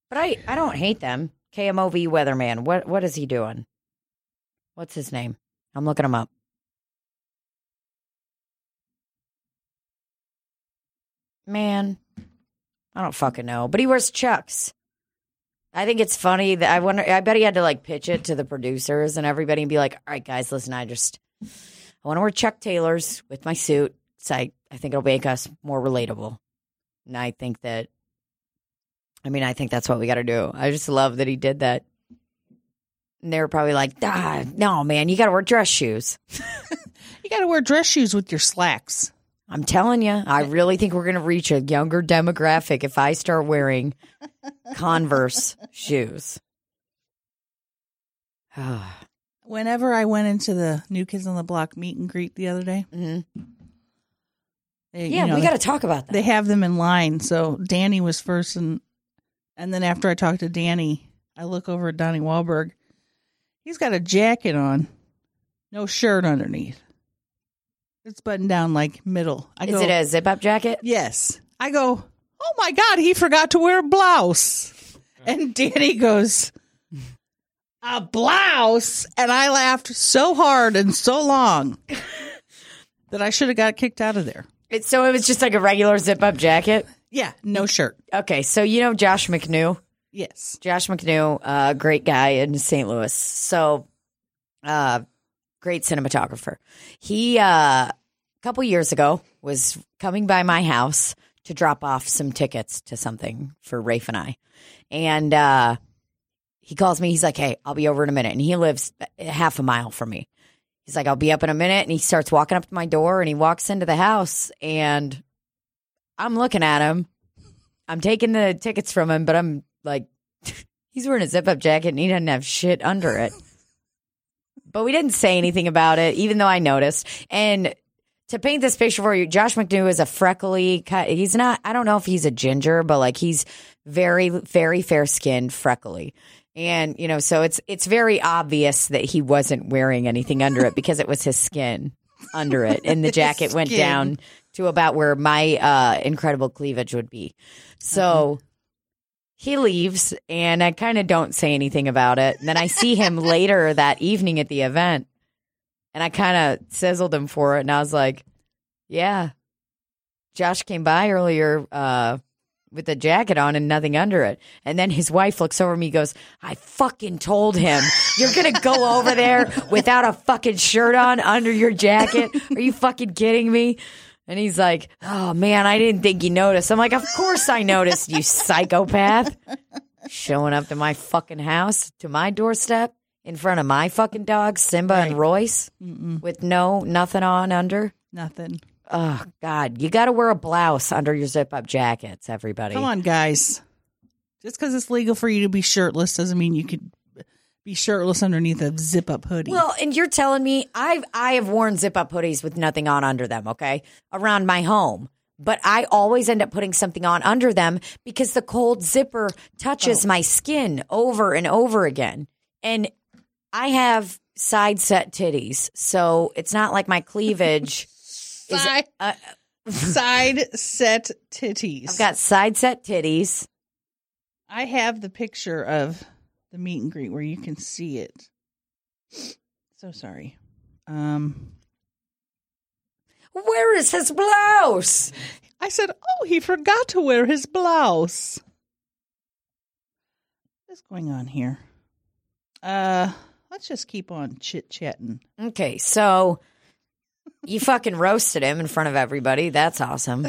B: But I, I don't hate them. KMOV weatherman. What what is he doing? What's his name? I'm looking him up. Man, I don't fucking know. But he wears chucks. I think it's funny that I wonder. I bet he had to like pitch it to the producers and everybody and be like, "All right, guys, listen. I just I want to wear Chuck Taylors with my suit. So I I think it'll make us more relatable." And I think that, I mean, I think that's what we got to do. I just love that he did that. And they were probably like, ah, no, man, you got to wear dress shoes.
A: You got to wear dress shoes with your slacks.
B: I'm telling you, I really think we're going to reach a younger demographic if I start wearing Converse shoes. Ah,
A: Whenever I went into the New Kids on the Block meet and greet the other day,
B: mhm.
A: they, you
B: Yeah,
A: know,
B: we
A: they-
B: got to talk about that.
A: they have them in line. So Danny was first, and and then after I talked to Danny, I look over at Donnie Wahlberg, He's got a jacket on, no shirt underneath. It's buttoned down like middle. I
B: Is
A: go,
B: it a zip up jacket?
A: Yes. I go, oh my God, he forgot to wear a blouse. And Danny goes, a blouse? And I laughed so hard and so long that I should have got kicked out of there.
B: It's, so it was just like a regular zip up jacket.
A: Yeah, no shirt.
B: Okay, so you know Josh McNew.
A: Yes.
B: Josh McNew, uh, great guy in St. Louis. So, uh, great cinematographer. He, uh, a couple years ago, was coming by my house to drop off some tickets to something for Rafe and I. And uh, he calls me. He's like, hey, I'll be over in a minute. And he lives half a mile from me. He's like, I'll be up in a minute. And he starts walking up to my door and he walks into the house. And I'm looking at him. I'm taking the tickets from him, but I'm like, he's wearing a zip up jacket and he doesn't have shit under it. but we didn't say anything about it, even though I noticed. And to paint this picture for you, Josh McNew is a freckly, ki- he's not, I don't know if he's a ginger, but like he's very, very fair skinned, freckly. And you know, so it's it's very obvious that he wasn't wearing anything under it because it was his skin under it, and the jacket went
A: skin.
B: down to about where my uh, incredible cleavage would be. So he leaves and I kind of don't say anything about it. And then I see him later that evening at the event and I kind of sizzled him for it. And I was like, yeah, Josh came by earlier uh, with a jacket on and nothing under it. And then his wife looks over at me and goes, I fucking told him you're going to go over there without a fucking shirt on under your jacket. Are you fucking kidding me? And he's like, oh man, I didn't think you noticed. I'm like, of course I noticed, you psychopath. Showing up to my fucking house, to my doorstep, in front of my fucking dogs, Simba and Royce, with no, nothing on under.
A: Nothing.
B: Oh God, you got to wear a blouse under your zip-up jackets, everybody.
A: Come on, guys. Just because it's legal for you to be shirtless doesn't mean you could be shirtless underneath a zip up hoodie.
B: Well, and you're telling me I've I have worn zip-up hoodies with nothing on under them, okay, around my home. But I always end up putting something on under them because the cold zipper
A: Oh.
B: touches my skin over and over again, and I have side set titties, so it's not like my cleavage. is-
A: side,
B: uh,
A: side set titties.
B: I've got side set titties.
A: I have the picture of the meet and greet where you can see it. So sorry. Um
B: Where is his blouse?
A: I said, "Oh, he forgot to wear his blouse." What's going on here? Uh, let's just keep on chit-chatting.
B: Okay, so you fucking roasted him in front of everybody. That's awesome.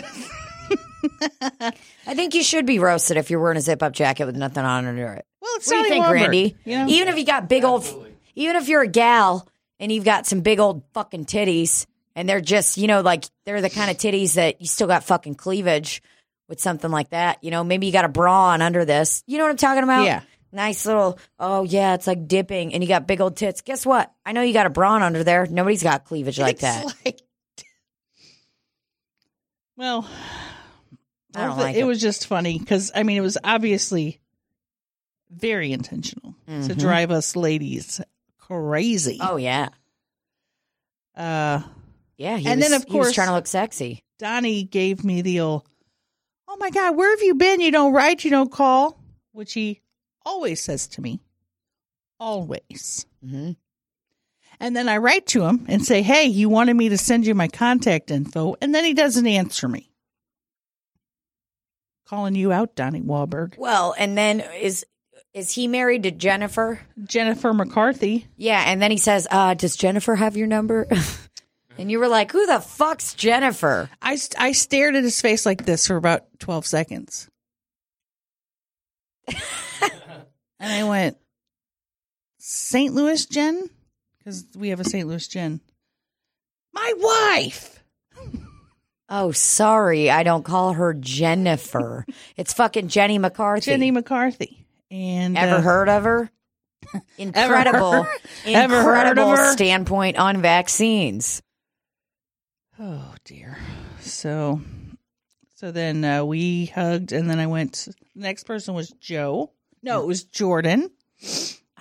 B: I think you should be roasted if you're wearing a zip-up jacket with nothing on under it.
A: Well, it's
B: What do you
A: Sally
B: think,
A: Wahlberg,
B: Randy?
A: You know?
B: Even if you got big old,
C: Absolutely.
B: even if you're a gal and you've got some big old fucking titties, and they're just, you know, like they're the kind of titties that you still got fucking cleavage with something like that. You know, maybe you got a bra on under this. You know what I'm talking about?
A: Yeah.
B: Nice little, oh yeah, it's like dipping, and you got big old tits. Guess what? I know you got a bra on under there. Nobody's got cleavage like
A: It's
B: that.
A: like- well,
B: I don't
A: it,
B: like it.
A: was just funny because I mean it was obviously very intentional to
B: Mhm.
A: drive us ladies crazy.
B: Oh yeah,
A: Uh,
B: yeah. He
A: And
B: was,
A: then, of
B: he was
A: course-
B: trying to look sexy.
A: Donnie gave me the old, "Oh my God, where have you been? You don't write, you don't call," which he always says to me, always.
B: hmm
A: And then I write to him and say, "Hey, you wanted me to send you my contact info," and then he doesn't answer me. Calling you out, Donnie Wahlberg,
B: Well, and then is is he married to Jennifer?
A: Jennifer McCarthy.
B: Yeah, and then he says, uh, "Does Jennifer have your number?" and you were like, "Who the fuck's Jennifer?"
A: I st- I stared at his face like this for about twelve seconds, and I went, "St. Louis Jen," because we have a St. Louis Jen. My wife.
B: Oh, sorry, I don't call her Jennifer. it's fucking Jenny McCarthy.
A: Jenny McCarthy. And
B: Ever
A: uh,
B: heard of her? Incredible, incredible
A: Ever heard of her?
B: standpoint on vaccines.
A: Oh dear. So, so then uh, we hugged, and then I went. The next person was Joe. No, it was Jordan.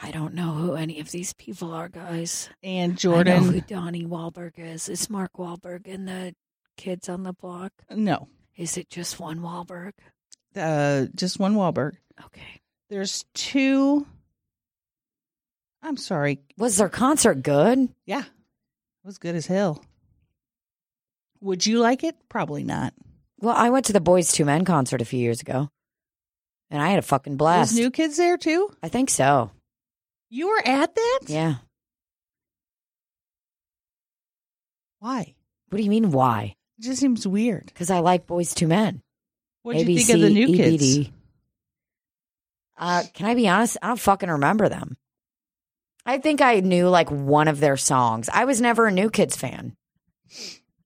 D: I don't know who any of these people are, guys.
A: And
D: I know who
A: Jordan,
D: Donnie Wahlberg is. It's Mark Wahlberg and the kids on the block.
A: no,
D: Is it just one Wahlberg?
A: uh, just one Wahlberg.
D: Okay.
A: There's two. I'm sorry.
B: Was their concert good?
A: Yeah, it was good as hell. Would you like it? Probably not.
B: Well, I went to the Boys Two Men concert a few years ago, and I had a fucking blast.
A: There's new kids there too.
B: I think so.
A: You were at that?
B: Yeah.
A: Why?
B: What do you mean? Why?
A: It just seems weird.
B: Because I like Boys Two Men.
A: What do you think of the
B: E
A: new kids?
B: Uh, can I be honest? I don't fucking remember them. I think I knew like one of their songs. I was never a New Kids fan.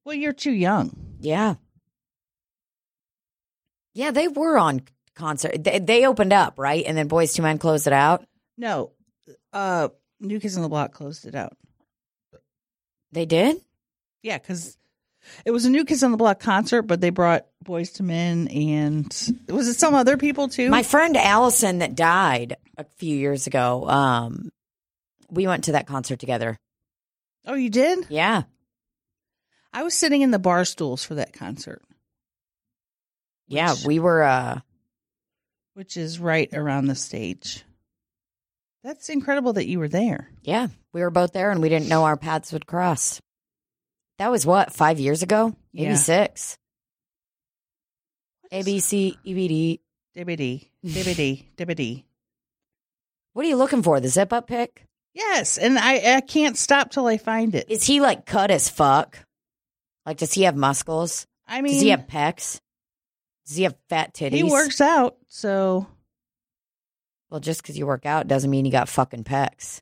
A: Well, you're too young.
B: Yeah. Yeah, they were on concert. They, they opened up, right? And then Boys Two Men closed it out.
A: No, uh, New Kids on the Block closed it out.
B: They did?
A: Yeah, because it was a New Kids on the Block concert, but they brought Boys to Men and was it some other people too?
B: My friend Allison that died a few years ago, um, we went to that concert together.
A: oh, you did?
B: Yeah.
A: I was sitting in the bar stools for that concert,
B: Yeah. We were uh
A: which is right around the stage. That's incredible that you were there.
B: yeah, we were both there and we didn't know our paths would cross. That was what, five years ago? Maybe
A: Yeah.
B: six. A B C E B D.
A: Dibbity, dibbity, dibbity.
B: What are you looking for? The zip up pick?
A: Yes, and I I can't stop till I find it.
B: Is he like cut as fuck? Like does he have muscles?
A: I
B: does he
A: mean,
B: have pecs? Does he have fat titties?
A: he works out, so
B: Well, just because you work out doesn't mean you got fucking pecs.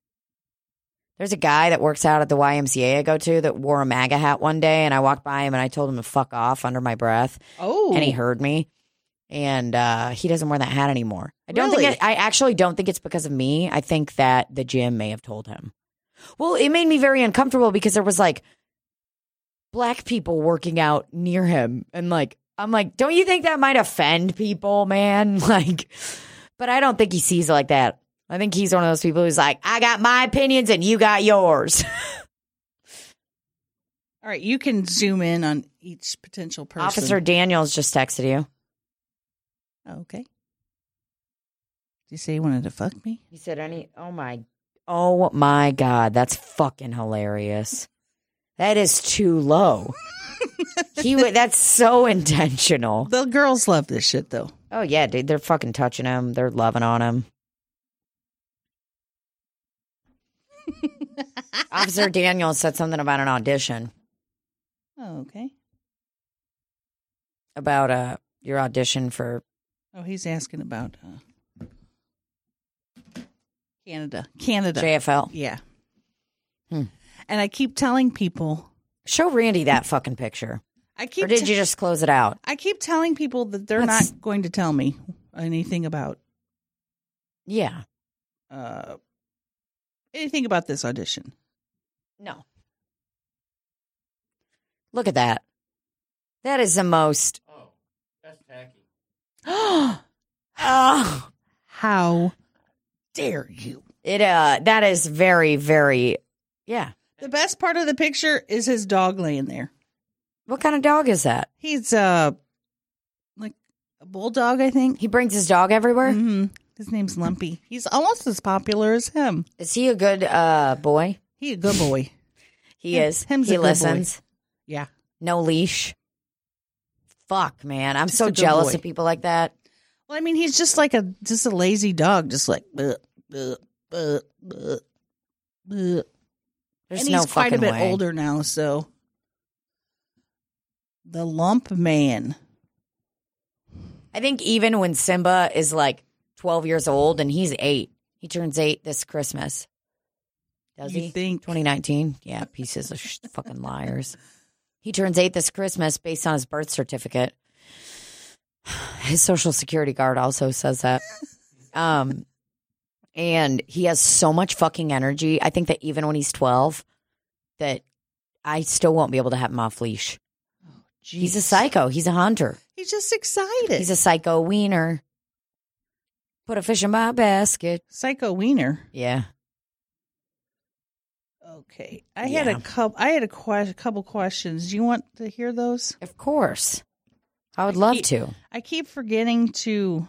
B: There's a guy that works out at the YMCA I go to that wore a MAGA hat one day, and I walked by him and I told him to fuck off under my breath,
A: oh,
B: and he heard me. And uh, he doesn't wear that hat anymore. I don't
A: Really?
B: think. It, I actually don't think it's because of me. I think that the gym may have told him. Well, it made me very uncomfortable because there was like black people working out near him, and like I'm like, don't you think that might offend people, man? Like, but I don't think he sees it like that. I think he's one of those people who's like, I got my opinions and you got yours.
A: All right, you can zoom in on each potential person.
B: Officer Daniels just texted you.
A: okay. Did you say you wanted to fuck me?
B: He said, "Any? Oh my, oh my God, that's fucking hilarious. That is too low. he would. That's so intentional.
A: The girls love this shit, though.
B: Oh yeah, dude, they're fucking touching him. They're loving on him. Officer Daniels said something about an audition
A: Oh, okay.
B: about uh your audition for
A: Oh, he's asking about uh, Canada. Canada.
B: JFL.
A: yeah.
B: Hmm.
A: And I keep telling people.
B: Show Randy that fucking picture,
A: I
B: or
A: keep.
B: did
A: te-
B: you just close it out?
A: I keep telling people that they're
B: That's-
A: not going to tell me anything about
B: Yeah.
A: uh, anything about this audition.
B: No. Look at that. That is the most.
C: Oh, that's tacky.
B: Oh,
A: How dare you?
B: it uh, that is very, very. Yeah.
A: The best part of the picture is his dog laying there.
B: What kind of dog is that?
A: He's uh like a bulldog, I think.
B: He brings his dog everywhere.
A: Mhm. His name's Lumpy. He's almost as popular as him.
B: Is he a good uh boy?
A: He a good boy.
B: He
A: Him-
B: is.
A: him's a
B: he
A: good boy.
B: listens.
A: yeah.
B: No leash. Fuck, man. I'm
A: Just a
B: so
A: good
B: jealous
A: boy.
B: of people like that.
A: Well, I mean, he's just like a just a lazy dog, just like. "Bleh, bleh, bleh, bleh, bleh."
B: There's
A: and
B: no
A: he's quite a
B: fucking
A: bit
B: way.
A: older now, so the lump man.
B: I think even when Simba is like 12 years old and he's eight, he turns eight this Christmas. Does
A: you
B: he?
A: think?
B: 2019. Yeah, pieces of sh- fucking liars. He turns eight this Christmas based on his birth certificate. His social security card also says that. Um, and he has so much fucking energy. I think that even when he's 12, that I still won't be able to have him off leash. He's a
A: Jeez.
B: psycho. He's a hunter.
A: He's just excited.
B: He's a psycho wiener. Put a fish in my basket.
A: Psycho wiener.
B: Yeah.
A: Okay, I had a
B: Yeah.
A: couple. I had a, que- a couple questions. Do you want to hear those?
B: Of course. I would love
A: He-
B: to.
A: I keep forgetting to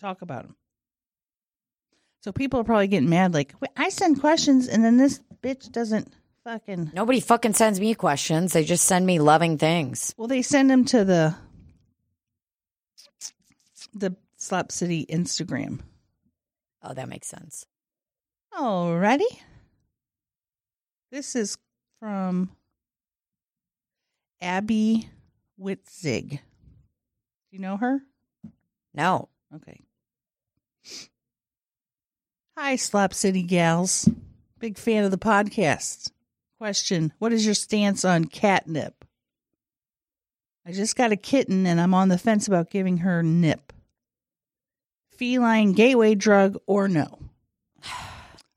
A: talk about them. So people are probably getting mad. Like "Wait, I send questions, and then this bitch doesn't fucking.
B: Nobody fucking sends me questions. They just send me loving things.
A: Well, they send them to the the Slap City Instagram.
B: Oh, that makes sense.
A: Alrighty. This is from Abby Witzig. Do you know her?
B: No.
A: Okay. Hi, Slop City gals. Big fan of the podcast. Question What is your stance on catnip? I just got a kitten and I'm on the fence about giving her nip. Feline gateway drug or no?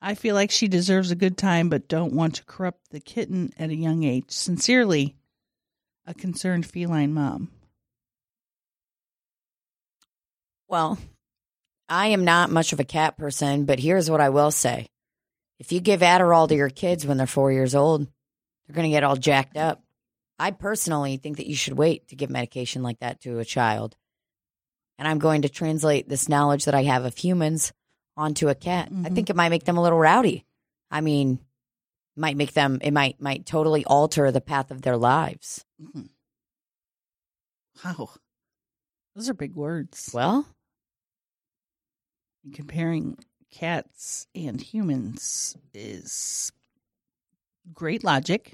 A: I feel like she deserves a good time, but don't want to corrupt the kitten at a young age. Sincerely, a concerned feline mom.
B: Well, I am not much of a cat person, but here's what I will say. If you give Adderall to your kids when they're four years old, they're going to get all jacked up. I personally think that you should wait to give medication like that to a child. And I'm going to translate this knowledge that I have of humans onto a cat. I
A: Mhm.
B: think it might make them a little rowdy. I mean, might make them, it might, might totally alter the path of their lives.
A: Wow. Those are big words.
B: Well,
A: comparing cats and humans is great logic.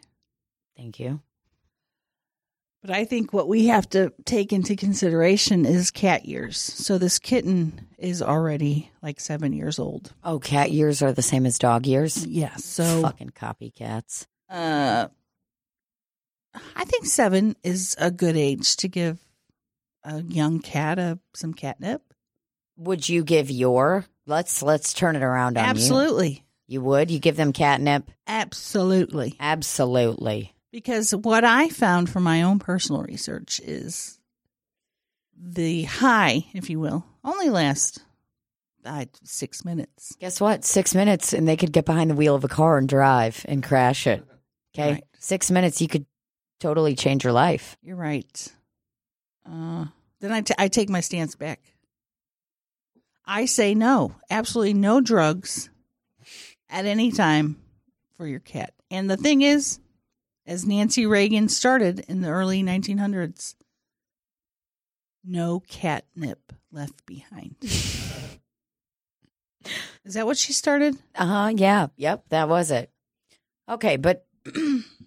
B: thank you.
A: But I think what we have to take into consideration is cat years. So this kitten is already like seven years old.
B: Oh, cat years are the same as dog years.
A: Yeah. So
B: fucking copycats.
A: uh, I think seven is a good age to give a young cat a, some catnip.
B: Would you give your let's let's turn it around on you?
A: Absolutely.
B: You would? You give them catnip?
A: Absolutely.
B: Absolutely.
A: Because what I found from my own personal research is the high, if you will, only lasts uh, six minutes.
B: Guess what? Six minutes and they could get behind the wheel of a car and drive and crash it. Okay.
A: Right.
B: Six minutes you could totally change your life.
A: You're right. Uh, then I, t- I take my stance back. I say no, absolutely no drugs at any time for your cat. And the thing is, as Nancy Reagan started in the early 1900s, no catnip left behind. is that what she started?
B: Uh huh. Yeah. Yep. That was it. Okay. But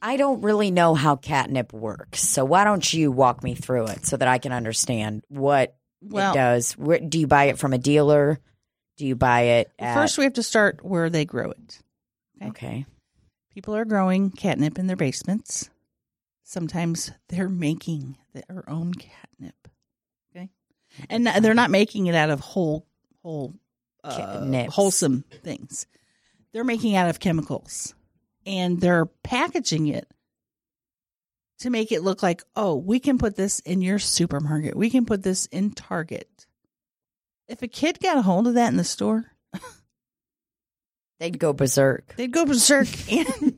B: I don't really know how catnip works. So why don't you walk me through it so that I can understand what it
A: Well,
B: does? Where, do you buy it from a dealer? Do you buy it at,
A: first we have to start where they grow it.
B: Okay.
A: People are growing catnip in their basements. Sometimes they're making their own catnip. Okay, and they're not making it out of whole, whole, uh,
B: Catnips.
A: wholesome things. They're making out of chemicals, and they're packaging it to make it look like, oh, we can put this in your supermarket. We can put this in Target. If a kid got a hold of that in the store,
B: They'd go berserk.
A: They'd go berserk, and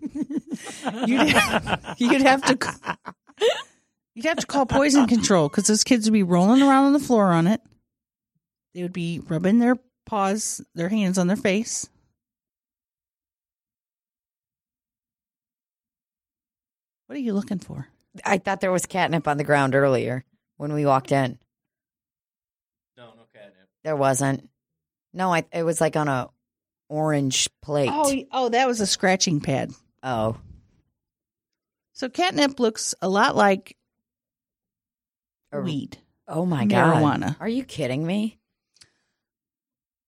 A: you'd have, you'd have to you'd have to call poison control because those kids would be rolling around on the floor on it. They would be rubbing their paws, their hands on their face. What are you looking for?
B: I thought there was catnip on the ground earlier when we walked in.
C: No, no catnip.
B: There wasn't. No, I, it was like on a orange plate.
A: Oh, oh, that was a scratching pad.
B: Oh.
A: So catnip looks a lot like
B: Or-
A: weed.
B: Oh my
A: Marijuana.
B: god. Are you kidding me?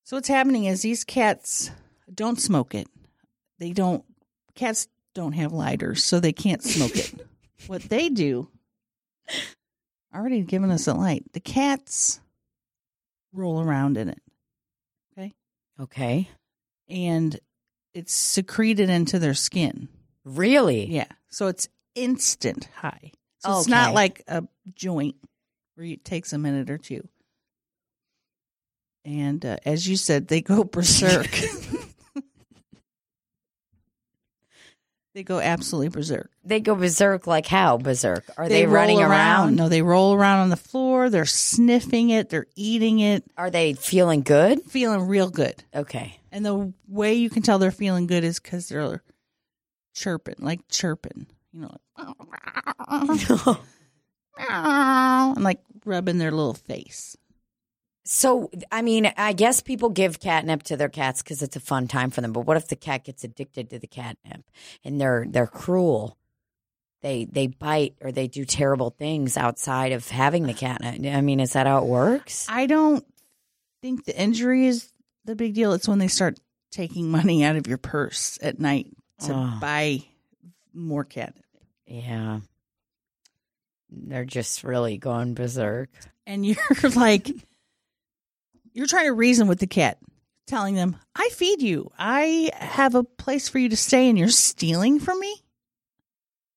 A: So what's happening is these cats don't smoke it. They don't cats don't have lighters, so they can't smoke it. What they do already given us a light. The cats roll around in it
B: Okay.
A: and it's secreted into their skin.
B: Really?
A: Yeah. So it's instant high. So it's
B: Okay.
A: not like a joint where it takes a minute or two. And uh, as you said, they go berserk. they go absolutely berserk.
B: They go berserk like how berserk? Are they,
A: roll
B: running around?
A: No, they roll around on the floor. They're sniffing it. They're eating it,
B: Are they feeling good?
A: feeling real good.
B: Okay.
A: And the way you can tell they're feeling good is because they're chirping, like chirping, you know, like, and like rubbing their little face.
B: So, I mean, I guess people give catnip to their cats because it's a fun time for them. But what if the cat gets addicted to the catnip and they're they're cruel? They they bite or they do terrible things outside of having the catnip. I mean, is that how it works?
A: I don't think the injury is the big deal. It's when they start taking money out of your purse at night to
B: Oh.
A: buy more catnip.
B: Yeah, they're just really going berserk.
A: and you're like you're trying to reason with the cat telling them i feed you i have a place for you to stay and you're stealing from me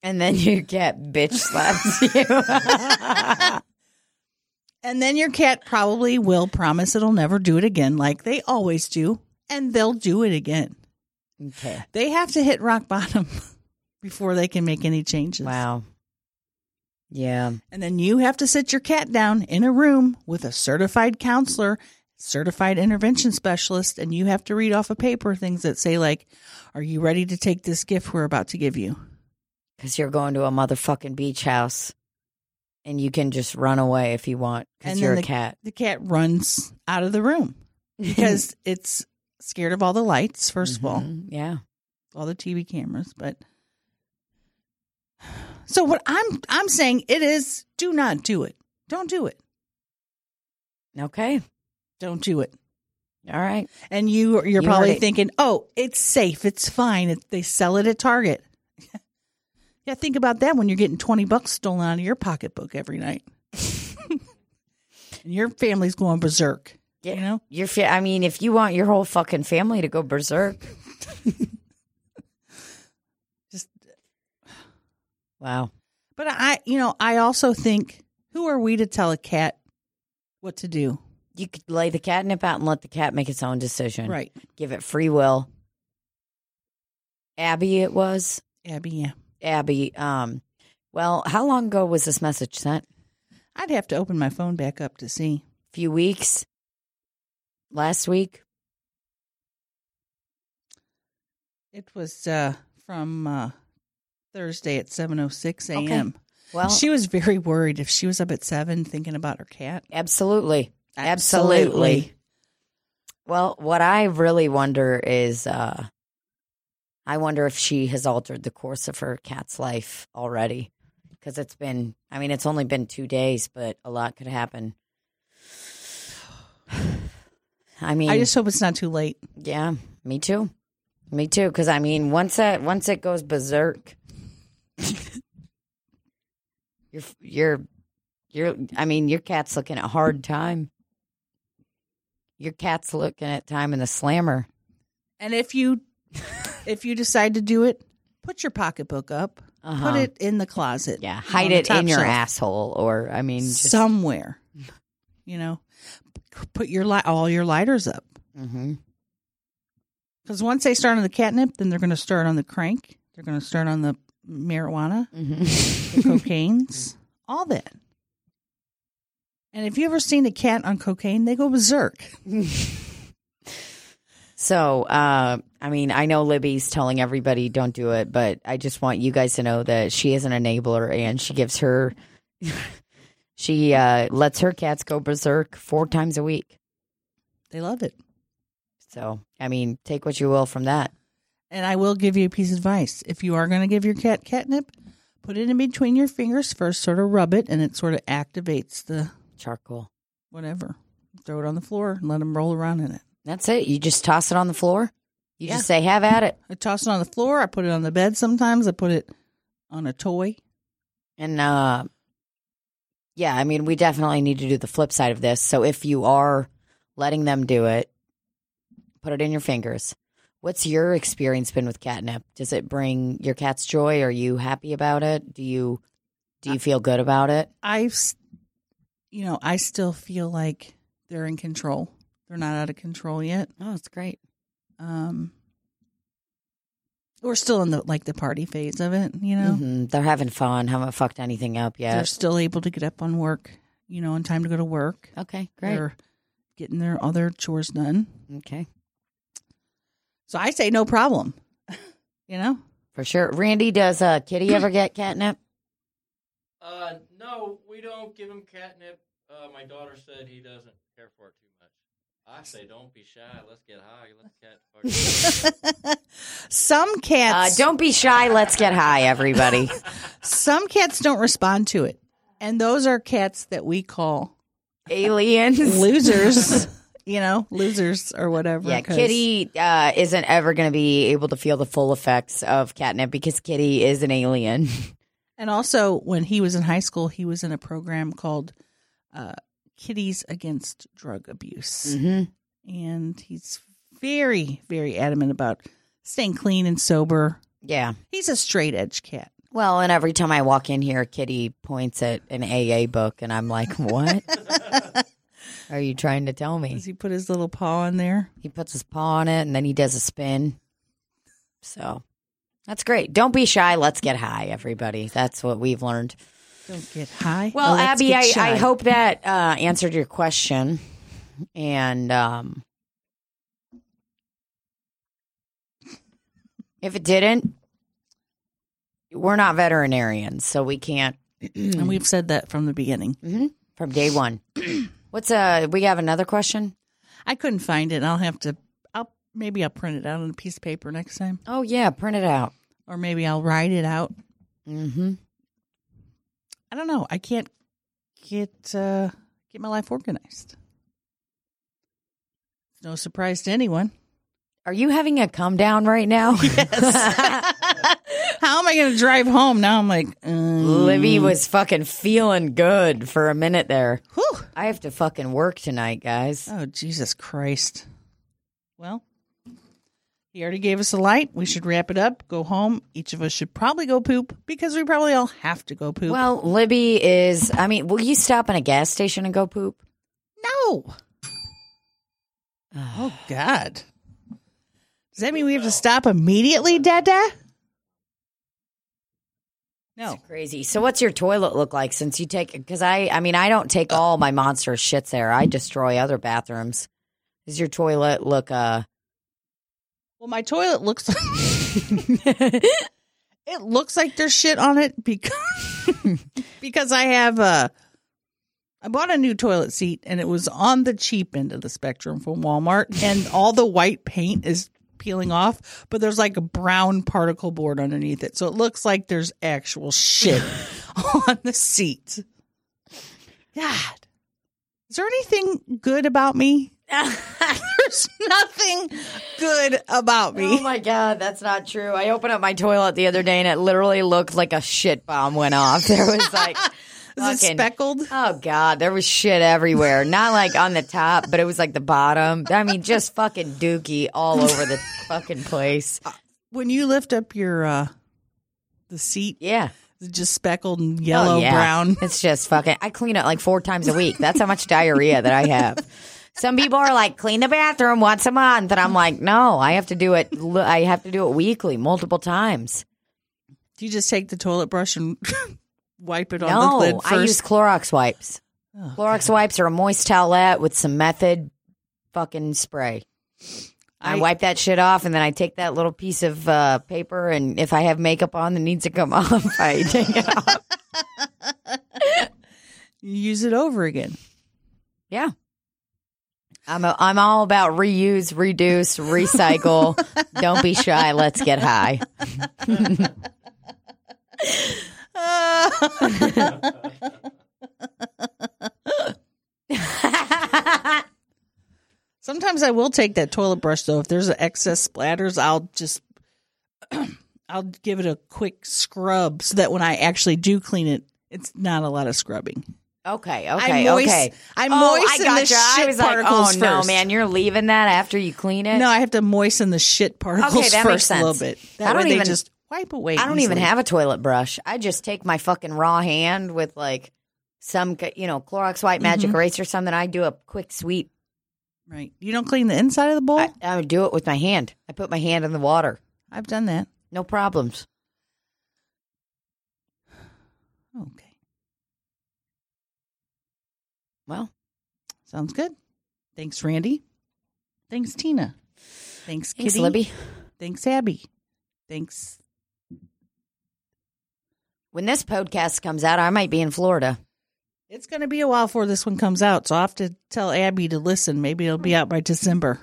B: And then you get bitch slaps you.
A: and then your cat probably will promise it'll never do it again like they always do and they'll do it again
B: okay.
A: they have to hit rock bottom before they can make any changes
B: Wow. Yeah.
A: and then you have to sit your cat down in a room with a certified counselor, certified intervention specialist, and you have to read off a paper things that say like, "Are you ready to take this gift we're about to give you?"
B: because you're going to a motherfucking beach house and you can just run away if you want
A: And
B: because you're a
A: then
B: cat.
A: The cat runs out of the room because it's scared of all the lights. 1st of all,
B: Mhm, yeah.
A: all the TV cameras, but. So what I'm I'm saying it is do not do it. Don't do it.
B: Okay.
A: Don't do it.
B: All right.
A: And you you're
B: You
A: probably
B: heard it.
A: thinking, "Oh, it's safe. It's fine. It, they sell it at Target." yeah, think about that when you're getting 20 bucks stolen out of your pocketbook every night. and your family's going berserk.
B: Yeah.
A: You know?
B: You're. Fi- I mean, if you want your whole fucking family to go berserk,
A: Just
B: wow.
A: but I, you know, I also think who are we to tell a cat what to do?
B: You could lay the catnip out and let the cat make its own decision.
A: Right.
B: Give it free will. Abby, it was
A: Abby, yeah.
B: Abby. Um. Well, how long ago was this message sent?
A: I'd have to open my phone back up to see.
B: few weeks. Last week.
A: It was uh from uh Thursday at 7:06 a.m.
B: Well,
A: She was very worried if she was up at seven thinking about her cat.
B: absolutely. Absolutely. Well, what I really wonder is uh I wonder if she has altered the course of her cat's life already cuz it's been I mean it's only been 2 days but a lot could happen. I mean
A: I just hope it's not too late.
B: yeah, me too. Me too cuz I mean once that once it goes berserk you're you're you're I mean your cat's looking at hard time. Your cat's looking at time in the slammer.
A: And if you if you decide to do it, put your pocketbook up.
B: Uh-huh.
A: Put it in the closet.
B: Yeah,
A: on
B: hide
A: the
B: it
A: top
B: in your
A: shelf.
B: asshole, or I mean, just,
A: somewhere. You know, put your li- all your lighters up
B: Mhm.
A: because once they start on the catnip, then they're going to start on the crank. They're going to start on the marijuana. the
B: Mhm.
A: cocaines, all that. And if you ever seen a cat on cocaine, they go berserk.
B: so, uh, I mean, I know Libby's telling everybody don't do it, but I just want you guys to know that she is an enabler, and she gives her, she uh, lets her cats go berserk four times a week.
A: They love it.
B: So, I mean, take what you will from that.
A: And I will give you a piece of advice. If you are going to give your cat catnip, put it in between your fingers first, sort of rub it, and it sort of activates the
B: Charcoal.
A: whatever. Throw it on the floor and let them roll around in it.
B: That's it. You just toss it on the floor. You
A: Yeah.
B: just say, "Have at it,"
A: I toss it on the floor. I put it on the bed sometimes. I put it on a toy.
B: And uh yeah, I mean, we definitely need to do the flip side of this. So if you are letting them do it, put it in your fingers. What's your experience been with catnip? Does it bring your cat's joy? Are you happy about it? Do you do you feel good about it?
A: I've, s- you know, I still feel like they're in control. They're not out of control yet.
B: Oh, it's great.
A: Um, we're still in the like the party phase of it. You know,
B: Mhm. They're having fun. Haven't fucked anything up
A: they're
B: yet.
A: still able to get up on work. You know, on time to go to work.
B: okay, great.
A: They're getting their other chores done.
B: Okay,
A: So I say no problem. you know,
B: for sure. Randy, does uh, Kitty ever get catnip?
C: Uh, no, we don't give him catnip. Uh, my daughter said he doesn't care for it too much. I say, don't be shy. Let's get high. Let's cat. fuck.
A: some
B: Uh,
A: cats
B: don't be shy. Let's get high, everybody.
A: some cats don't respond to it, and those are cats that we call
B: Aliens.
A: losers. you know, losers or whatever.
B: Yeah,
A: 'cause-
B: Kitty uh, isn't ever going to be able to feel the full effects of catnip because Kitty is an alien.
A: And also, when he was in high school, he was in a program called uh, Kitties Against Drug Abuse.
B: Mm-hmm.
A: And he's very, very adamant about staying clean and sober.
B: Yeah.
A: He's a straight edge cat.
B: Well, and every time I walk in here, Kitty points at an AA book, and I'm like, "What are you trying to tell me?"
A: Does he put his little paw in there?
B: He puts his paw on it, and then he does a spin. So that's great. Don't be shy. Let's get high, everybody. That's what we've learned.
A: Don't get high.
B: Well,
A: or let's
B: Abby,
A: get
B: I,
A: shy.
B: I hope that uh, answered your question. And um, if it didn't, we're not veterinarians, so we can't.
A: And we've said that from the beginning.
B: Mhm. From day one. What's uh? We have another question.
A: I couldn't find it. I'll have to. I'll maybe I'll print it out on a piece of paper next time,
B: Oh yeah, print it out.
A: or maybe I'll write it out.
B: Mm-hmm.
A: I don't know. I can't get uh, get my life organized. It's no surprise to anyone.
B: Are you having a come down right now?
A: How am I going to drive home now? I'm like, um,
B: Livy was fucking feeling good for a minute there.
A: whew.
B: I have to fucking work tonight, guys.
A: oh Jesus Christ! Well, he already gave us a light. We should wrap it up. Go home. Each of us should probably go poop because we probably all have to go poop.
B: Well, Libby is. I mean, will you stop in a gas station and go poop?
A: no. Oh God. Does that mean we have to stop immediately, Dada? No.
B: Crazy. So, what's your toilet look like since you take? Because I, I mean, I don't take all my monster shits there. I destroy other bathrooms. Does your toilet look? Uh,
A: Well, my toilet looks. it looks like there's shit on it because because I have a. I bought a new toilet seat and it was on the cheap end of the spectrum from Walmart, and all the white paint is peeling off, but there's like a brown particle board underneath it, so it looks like there's actual shit on the seat. God, is there anything good about me? There's nothing good about me.
B: oh my god, that's not true. I opened up my toilet the other day and it literally looked like a shit bomb went off. There was like.
A: Is it
B: fucking-
A: speckled?
B: Oh God, there was shit everywhere. Not like on the top, but it was like the bottom. I mean, just fucking dookie all over the fucking place.
A: When you lift up your uh the seat,
B: Yeah.
A: is it just speckled and
B: Oh,
A: yellow,
B: yeah.
A: brown.
B: It's just fucking. I clean it like four times a week. That's how much diarrhea that I have. Some people are like, clean the bathroom once a month, and I'm like, no, I have to do it. li- I have to do it weekly, multiple times.
A: Do you just take the toilet brush and wipe it on the
B: No,
A: lid
B: I use
A: first?
B: Clorox wipes.
A: Oh,
B: Clorox wipes or a moist towelette with some method fucking spray. I,
A: I-
B: wipe that shit off, and then I take that little piece of uh, paper, and if I have makeup on that needs to come off, I take it off.
A: you use it over again.
B: Yeah. I'm a, I'm all about reuse, reduce, recycle. Don't be shy. Let's get high.
A: Sometimes I will take that toilet brush though. If there's an excess splatters, I'll just I'll give it a quick scrub so that when I actually do clean it, it's not a lot of scrubbing.
B: okay. Okay.
A: I moist,
B: okay.
A: I
B: Oh,
A: moisten the
B: gotcha.
A: shit
B: I was like, oh
A: particles
B: no,
A: first.
B: man, you're leaving that after you clean it.
A: No, I have to moisten the shit particles
B: Okay, that
A: first
B: makes
A: a little
B: sense.
A: bit. That
B: I
A: way
B: don't
A: they
B: even-
A: just wipe away.
B: I don't even
A: easily.
B: have a toilet brush. I just take my fucking raw hand with Mm-hmm. like some, you know, Clorox White Magic Eraser or something. I do a quick sweep
A: Right. You don't clean the inside of the bowl?
B: I, I would do it with my hand. I put my hand in the water.
A: I've done that.
B: No problems.
A: Oh, Okay.
B: Well,
A: Sounds good. Thanks, Randy. Thanks, Tina. Thanks,
B: thanks,
A: Kitty.
B: Libby.
A: Thanks, Abby. Thanks.
B: When this podcast comes out, I might be in Florida.
A: It's going to be a while before this one comes out, so I'll have to tell Abby to listen. Maybe it'll be out by December.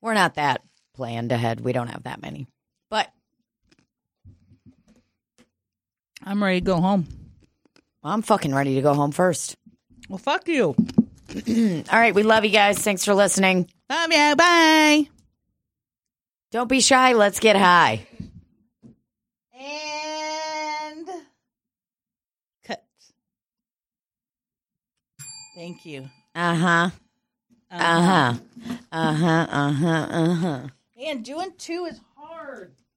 B: We're not that planned ahead. We don't have that many. But
A: I'm ready to go home.
B: I'm fucking ready to go home first.
A: Well, fuck you.
B: All right. We love you guys. Thanks for listening.
A: Love you. Bye.
B: Don't be shy. Let's get high.
A: And cut. Thank you.
B: Uh huh. Uh-huh. Uh huh. Uh huh. Uh huh. Uh huh.
A: Man, doing two is hard.